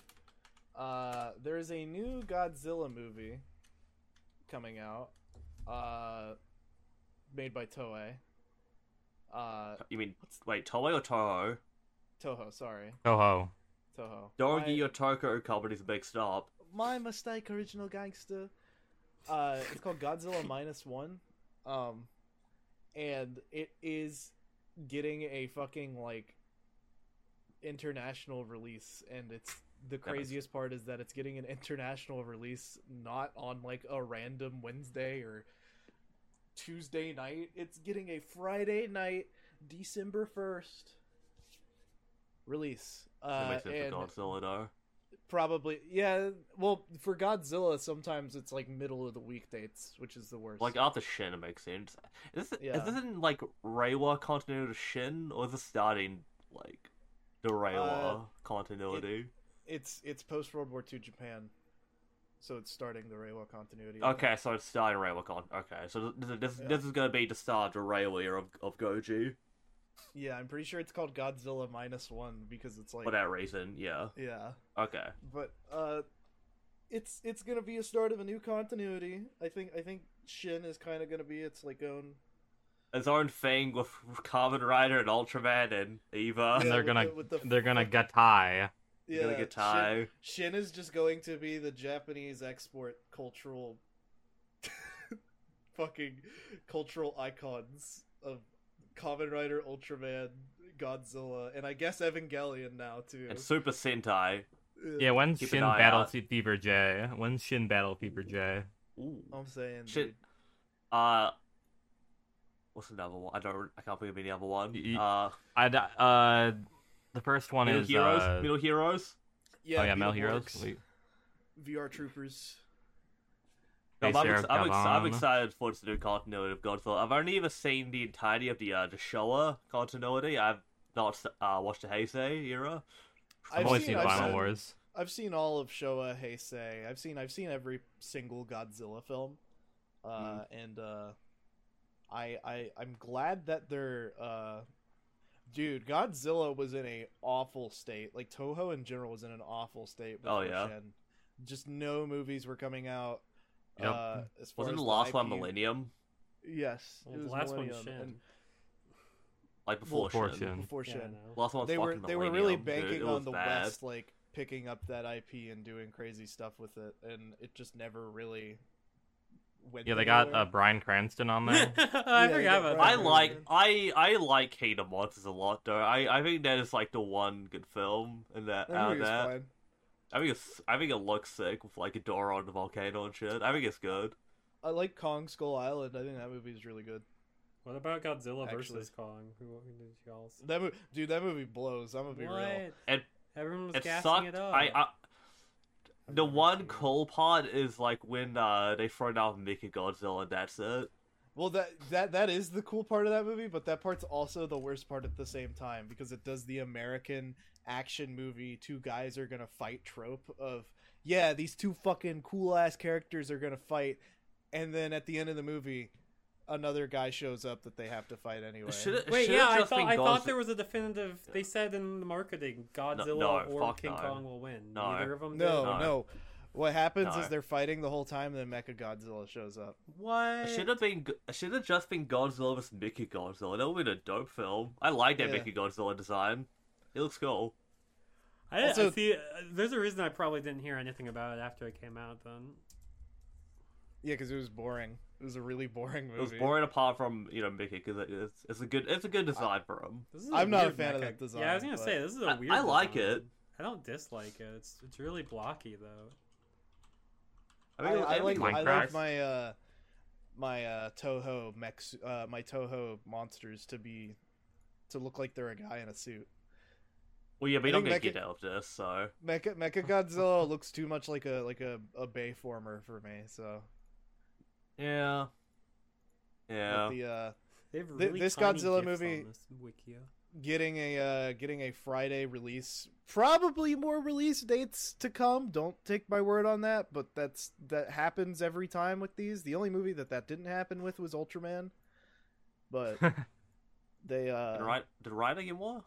Uh, there is a new Godzilla movie coming out, uh, made by Toei. Uh,
You mean wait, Toei or Toho?
Toho, sorry,
Ho ho.
Toho.
Don't get
My-
your Toko companies mixed up.
my mistake, original gangster. Uh, it's called Godzilla minus one, um, and it is getting a fucking like international release, and it's the craziest part is that it's getting an international release, not on like a random Wednesday or Tuesday night. It's getting a Friday night, December first release.
That
Uh,
makes sense
and
for Godzilla, though.
Probably, yeah. Well, for Godzilla, sometimes it's like middle of the week dates, which is the worst.
Like uh, after Shin, it makes sense. Is this,
Yeah.
is this in like Reiwa continuity to Shin, or is this starting like the
Uh,
Reiwa continuity?
it's it's post World War II Japan, so it's starting the Reiwa continuity.
Okay, so it's starting Reiwa con. Okay, so this, this,
Yeah.
this is gonna be the start of Reiwa of of Goji
Yeah, I'm pretty sure it's called Godzilla minus one because it's like
for that reason. Yeah.
yeah,
Okay.
but uh, it's it's gonna be a start of a new continuity. I think I think Shin is kind of gonna be its like own.
Its own thing with Kamen Rider and Ultraman and Eva.
Yeah,
and they're
with
gonna
the- with the
they're gonna
fuck-
gatai.
You're gonna
Yeah,
get
Shin-
Ty.
Shin is just going to be the Japanese export cultural fucking cultural icons of Kamen Rider, Ultraman, Godzilla, and I guess Evangelion now too.
It's Super Sentai.
Ugh,
Yeah, when's
Keep an
Shin
eye
Battle
out.
Fever J? When's Shin Battle Fever J?
Ooh.
I'm saying
Shit.
dude.
Uh, what's another one? I don't. I can't think of any other one.
Y-
Uh,
I uh the first one
Middle
is
Heroes.
uh,
Middle Heroes.
Yeah,
oh yeah, Metal
Beetleborgs,
Heroes. We-
VR Troopers.
No,
Space
I'm,
Hero
ex- I'm, ex- I'm
Gavan.
excited for its new continuity of Godzilla. I've only ever seen the entirety of the uh, the Showa continuity. I've not s- uh, watched the Heisei era.
I've
I've
only
seen-
seen
I've
Vinyl
seen-
Wars.
I've seen all of Showa Heisei. I've seen I've seen every single Godzilla film, uh,
Mm.
and uh, I I I'm glad that they're uh, dude. Godzilla was in a awful state. Like Toho in general was in an awful state.
Oh,
before
yeah.
Shin. just no movies were coming out.
Yep.
Uh, as far
Wasn't
as
the last one
IP
Millennium?
Yes,
Well,
it
the
was
last
Millennium,
one's Shin.
and
Like before
Before
Shin.
Shin.
before
Yeah, I
Shin.
know.
Last one was
They were
fucking
they were really
Millennium, dude.
banking
It was
on the
bad.
West, like picking up that IP and doing crazy stuff with it, and it just never really went.
Yeah, they got uh,
anywhere.
Brian Cranston on
I
there.
forgot
yeah,
about that.
I
right.
like I I like Hater Monsters a lot though. I, I think that is like the one good film in that
That
out
movie
of
was
that.
fine.
I think it's I think it looks sick with like a door on the volcano and shit. I think it's good.
I like Kong Skull Island. I think that movie is really good.
What about Godzilla
Actually.
versus Kong? Who who did y'all? see?
That movie, dude, that movie blows. I'm gonna be real.
What?
It-
Everyone was
It
gassing
sucked.
it up.
I, I
I've
the
never
one
seen it.
cool part is like when uh they throw down Mickey Godzilla. That's it.
Well, that that that is the cool part of that movie, but that part's also the worst part at the same time because it does the American action movie two guys are gonna fight trope of yeah these two fucking cool ass characters are gonna fight, and then at the end of the movie, another guy shows up that they have to fight anyway.
Should it,
Wait,
should
yeah,
it
I
just
thought
been
I thought
Godzilla-
there was a definitive. They said in the marketing, Godzilla
no,
or
fuck
King
no.
Kong will win.
No.
Neither of them.
No,
Did.
no.
No.
What happens
No.
is they're fighting the whole time, then Mecha Godzilla shows up.
What?
It should have been. it Should have just been Godzilla vs. Mickey Godzilla. That would have been a dope film. I like that
Yeah.
Mickey Godzilla design. It looks cool.
I didn't
Also-
see. uh, There's a reason I probably didn't hear anything about it after it came out. Then
Yeah, because it was boring. It was a really boring movie.
It was boring apart from you know Mickey because it's, it's a good it's a good design for him.
this is a
I'm not a
weird
fan of
mecha-
that design,
Yeah, I was gonna
but-
say this is a
I-
weird.
I like
design.
it.
I don't dislike it. It's it's really blocky though.
I,
I,
mean,
I
I
like I like
Minecraft.
my uh my uh Toho mechs uh my Toho monsters to be to look like they're a guy in a suit.
well, yeah, but
I
you're not
think
gonna
Mickey-
get out of this. So
Mecha Mecha Godzilla looks too much like a like a, a bay former for me, so
yeah, yeah.
with the uh
They've
Th-
really
this
tiny
Godzilla
gifs on
movie-
this Wikia.
getting a uh getting a Friday release. Probably more release dates to come. Don't take my word on that, but that's that happens every time with these. The only movie that that didn't happen with was Ultraman. But they uh
Did Ry- did Ryder get more?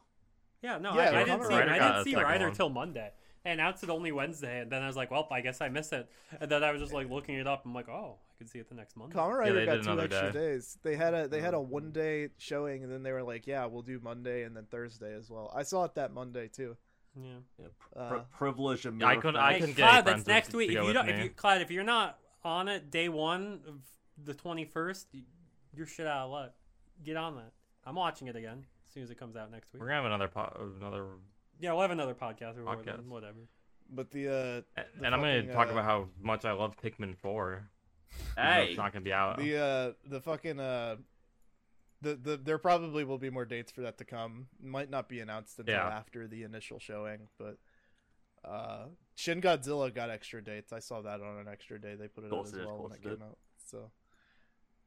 Yeah, no,
Yeah,
I, I
Kamen
didn't see.
Rider
I
got
didn't
a
see
second
Ryder
one.
till Monday. They announced it only Wednesday, and then I was like, "Well, I guess I missed it." And then I was just like looking it up. I'm like, "Oh, I could see it the next Monday."
Kamen
Yeah,
Rider
they
got
did
two
another
extra
day.
days. They had a they
Oh.
had a one day showing, and then they were like, "Yeah, we'll do Monday and then Thursday as well." I saw it that Monday too.
Yeah.
Yeah, pr-
Uh,
pri- privilege and
I
mirror
couldn't-
face.
I
Hey,
couldn't get any
Clyde,
friends
that's
with-
next
to
week. If
go
you
with
don't, if
me.
you, Clyde, if you're not on it day one of the 21st, y- you're shit out of luck. Get on that. I'm watching it again as soon as it comes out next week.
We're gonna have another po- another,
Yeah, we'll have another podcast or
Podcast.
whatever- whatever.
But the
and
The
I'm gonna
fucking,
talk
uh,
about how much I love Pikmin Four. even though
Hey,
it's not gonna be
uh
out.
the uh the fucking uh the, the there probably will be more dates for that to come. Might not be announced until
Yeah.
after the initial showing, but uh Shin Godzilla got extra dates. I saw that on an extra day. They put it
Of
out
course
as
it is,
well when
course
it
it
came out. So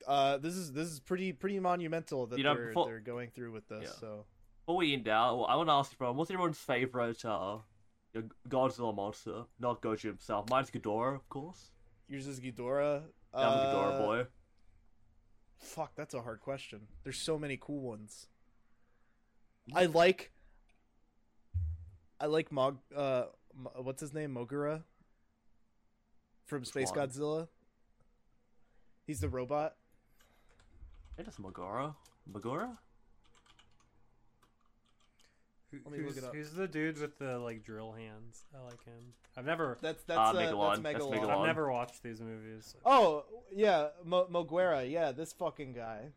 uh this is this is pretty pretty monumental that
You know,
they're
before-
they're going through with this.
Yeah.
So
before we end out, well, I want to ask you, bro, what's everyone's favorite uh, your Godzilla monster? Not Gojo himself. Mine's Ghidorah, of course.
Yours is Ghidorah.
Yeah, I'm a Ghidorah
Uh,
boy.
Fuck, that's a hard question. There's so many cool ones. I like. I like Mog. Uh, M- what's his name? Mogura. From Space
one?
Godzilla. He's the robot.
It is Megara. Megara?
Who-
Let me look
who's,
it up.
who's the dude with the like drill hands? I like him. I've never,
That's that's
Ah,
uh,
Megalon.
That's
That's
Megalon.
Megalon.
I've
on.
never watched these movies.
Oh yeah, Mo- Moguera. Yeah, this fucking guy.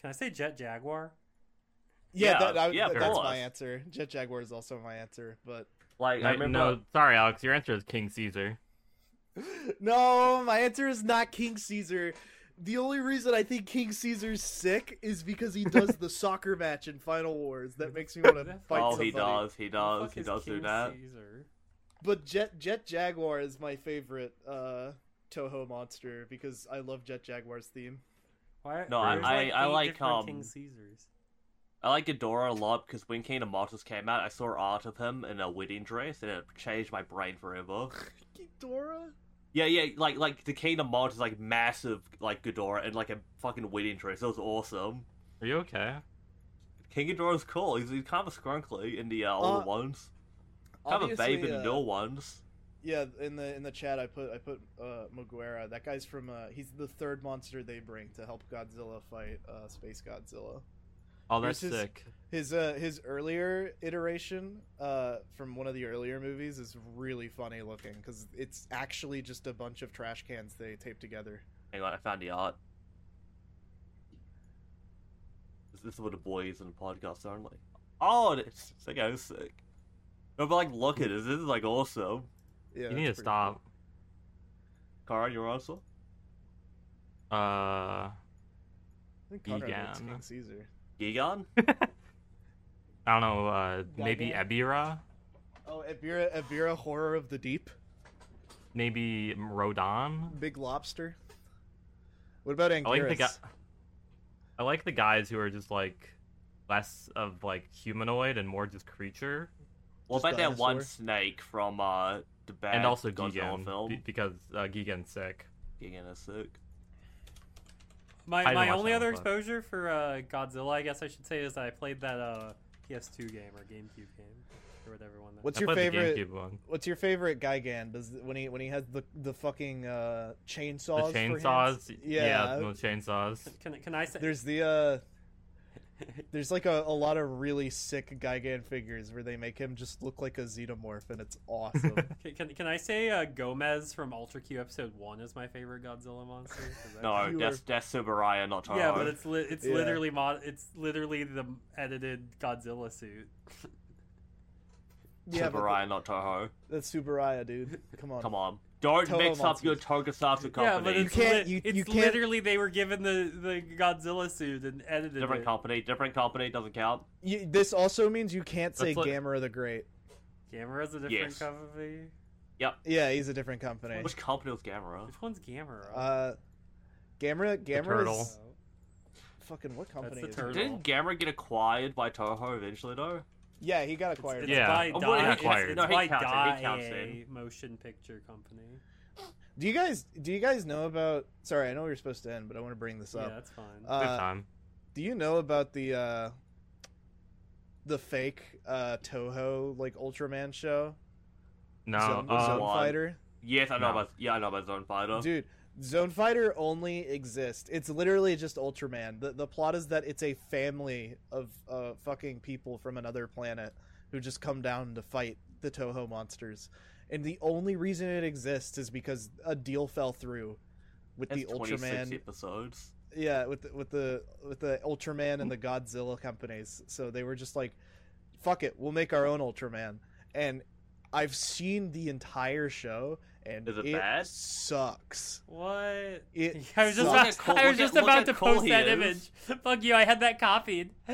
Can I say Jet Jaguar?
Yeah,
Yeah,
that, I,
yeah, of
that's
course.
my answer. Jet Jaguar is also my answer, but
Like, I
No,
remember.
no, sorry, Alex. Your answer is King Caesar.
No, my answer is not King Caesar. The only reason I think King Caesar's sick is because he does the soccer match in Final Wars that makes me want to
Oh,
fight
oh,
somebody.
he does. He
Who the
does.
fuck
He
is
does do
King
that.
Caesar?
But Jet Jet Jaguar is my favorite uh Toho monster because I love Jet Jaguar's theme.
Why,
No, I-
there's,
I- I
eight
like,
different
um,
King Caesars.
I like Ghidorah a lot because when King of Monsters came out, I saw art of him in a wedding dress, and it changed my brain forever.
Ghidorah?
yeah, yeah, like like the King of Monsters, like massive, like Ghidorah, and like a fucking wedding dress. That was awesome.
Are you okay?
King Ghidorah's cool. He's, he's kind of scrunkly in the uh, older
Uh,
ones. Kind of a babe in
Obviously,
the
uh,
newer ones.
Yeah, in the in the chat I put I put uh Moguera. That guy's from uh he's the third monster they bring to help Godzilla fight uh Space Godzilla.
Oh, that's
Yours is-
sick.
His uh his earlier iteration uh from one of the earlier movies is really funny looking because it's actually just a bunch of trash cans they taped together.
Hang on, I found the art. This, this is what the boys and the podcast sound like. Oh, it's it's like I was sick. No, but like, look at this. This is like awesome.
Yeah,
you need to
that's pretty
stop.
Karen, you're also.
Uh,
cool. I think Conrad likes
Egan.
King Caesar.
Gigan?
I don't know. Uh, maybe
Goddamn.
Ebira,
Oh, Ibira Ibira horror of the deep,
maybe Rodan.
big lobster. What about Anguirus?
I like the guy. I like the guys who are just like less of like humanoid and more just creature,
What
Just
about that one
dinosaur?
snake from uh the bad
and also
Godzilla
Gigan
film?
be- because uh, Gigan's sick.
Gigan is sick.
I
My,
didn't
my
watch
only
that
other
one, but-
exposure for uh, Godzilla, I guess I should say, is I played that uh, PS2 game or GameCube game or whatever one. That
What's
I
your
played
favorite?
the GameCube one.
What's your favorite Gigan? Does when he when he has the the fucking uh,
The
chainsaws? for hands?
chainsaws. Yeah,
Yeah.
the chainsaws.
Can, can I say?
There's the uh, there's like a, a lot of really sick Gigan figures where they make him just look like a xenomorph, and it's awesome.
Can, can, can I say uh, Gomez from Ultra Q episode one is my favorite Godzilla monster? 'Cause that's-
No,
You
that's that's Subaraya, not Taro.
Yeah, but it's li- it's
Yeah.
literally mod. It's literally the edited Godzilla suit.
yeah, but
Subaraya, not Toho.
th- that's Subaraya, dude. Come on.
Come on, don't
Toho
mix up your Tokusatsu company.
Yeah, but it's,
You can't-
lit-
you-
it's
you can't-
literally they were given the, the Godzilla suit and edited
different
it.
company, different company doesn't count.
You, this also means you can't say
That's like-
Gamera the Great.
Gamera's a different
Yes.
company.
Yeah, he's a different company.
Which company was Gamera?
Which one's Gamera? Oh.
Uh, Gamera, Gamera
turtle.
is fucking what company?
the
is it?
turtle.
Didn't Gamera get acquired by Toho eventually though?
Yeah, he got
it's,
acquired.
it's
Yeah.
by
Oh,
Dai,
well, he
it's,
counts-
it's
no, he
by
counts it, he counts
Dai Motion Picture Company.
Do you guys do you guys know about? Sorry, I know we were supposed to end, but I want to bring this
yeah,
up.
that's fine.
Good
Uh,
time.
Do you know about the uh the fake uh Toho like Ultraman show?
No,
Zone,
uh,
Zone
one.
Fighter.
Yes, I know
No.
about. Yeah, I know about Zone Fighter.
Dude, Zone Fighter only exists. It's literally just Ultraman. The the plot is that it's a family of uh fucking people from another planet who just come down to fight the Toho monsters. And the only reason it exists is because a deal fell through with
That's
the
26
Ultraman
episodes.
yeah with the, with the with the ultraman and the godzilla companies so they were just like fuck it we'll make our own ultraman and i've seen the entire show and
Is it
it
bad?
sucks
what?
it
I was just
sucks.
about,
at Cole-
I was
look at-
just
look
about
at
to
Cole
post
he
that
is.
image. Fuck you! I had that copied.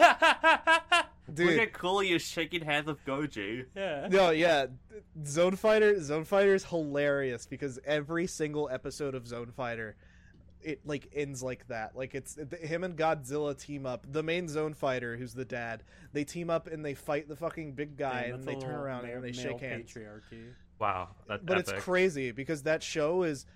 dude
Look at Cooley is shaking hands with Goji.
yeah.
no yeah zone fighter zone fighter is hilarious because every single episode of zone fighter it like ends like that like it's it, him and godzilla team up the main zone fighter who's the dad they team up and they fight the fucking big guy
Damn,
and
that's a
they turn
little
around
male-
and they
male
shake hands
Patriarchy.
wow, that's
but
epic.
it's crazy because that show is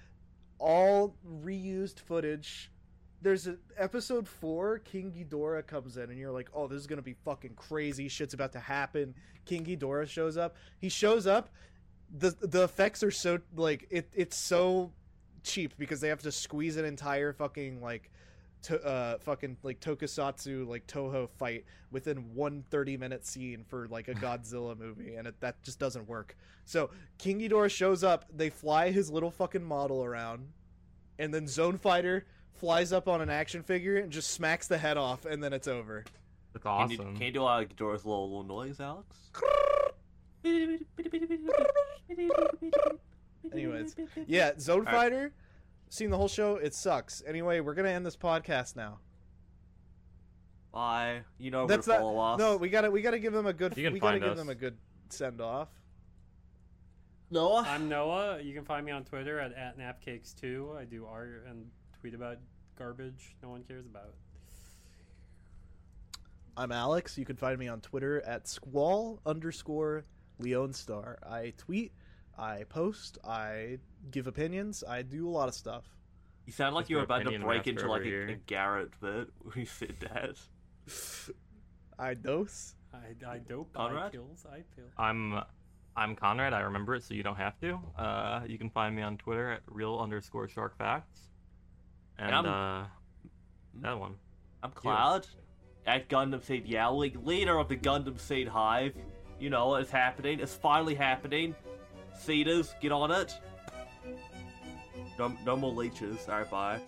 all reused footage. There's a, episode four, King Ghidorah comes in, and you're like, "Oh, this is gonna be fucking crazy. Shit's about to happen." King Ghidorah shows up. He shows up. the The effects are so like it. It's so cheap because they have to squeeze an entire fucking like. To, uh, fucking like tokusatsu like toho fight within one 30 minute scene for like a godzilla movie and it, that just doesn't work so King Ghidorah shows up. They fly his little fucking model around, and then Zone Fighter flies up on an action figure and just smacks the head off, and then it's over.
That's
Can
awesome.
you, can you do uh, Dora's little, little noise, Alex?
Anyways, yeah, Zone
Alright.
Fighter. Seen the whole show. It sucks. Anyway, we're gonna end this podcast now.
Bye. You know where to
That's not.
follow us.
No, we gotta we gotta give them a good.
You can
We gotta
find
give
us.
them a good send off.
Noah.
I'm Noah. You can find me on Twitter at, at napcakes2. I do art and tweet about garbage no one cares about.
I'm Alex. You can find me on Twitter at squall underscore leonstar. I tweet, I post, I give opinions, I do a lot of stuff.
You sound like
Mr.
you're about to
Opinion
break
Master
into
over
like
here.
a, a Garrett bit when you said that.
I dose.
I, I dope. I
Conrad?
kills. I pill.
I'm I'm Conrad. I remember it, so you don't have to. Uh, you can find me on Twitter at real underscore shark facts, and
And
uh, that one.
I'm Cloud, at Gundam Seed Yowling, leader of the Gundam Seed Hive. You know what is happening. It's finally happening. Cedars, get on it. No, no more leeches. Alright, bye.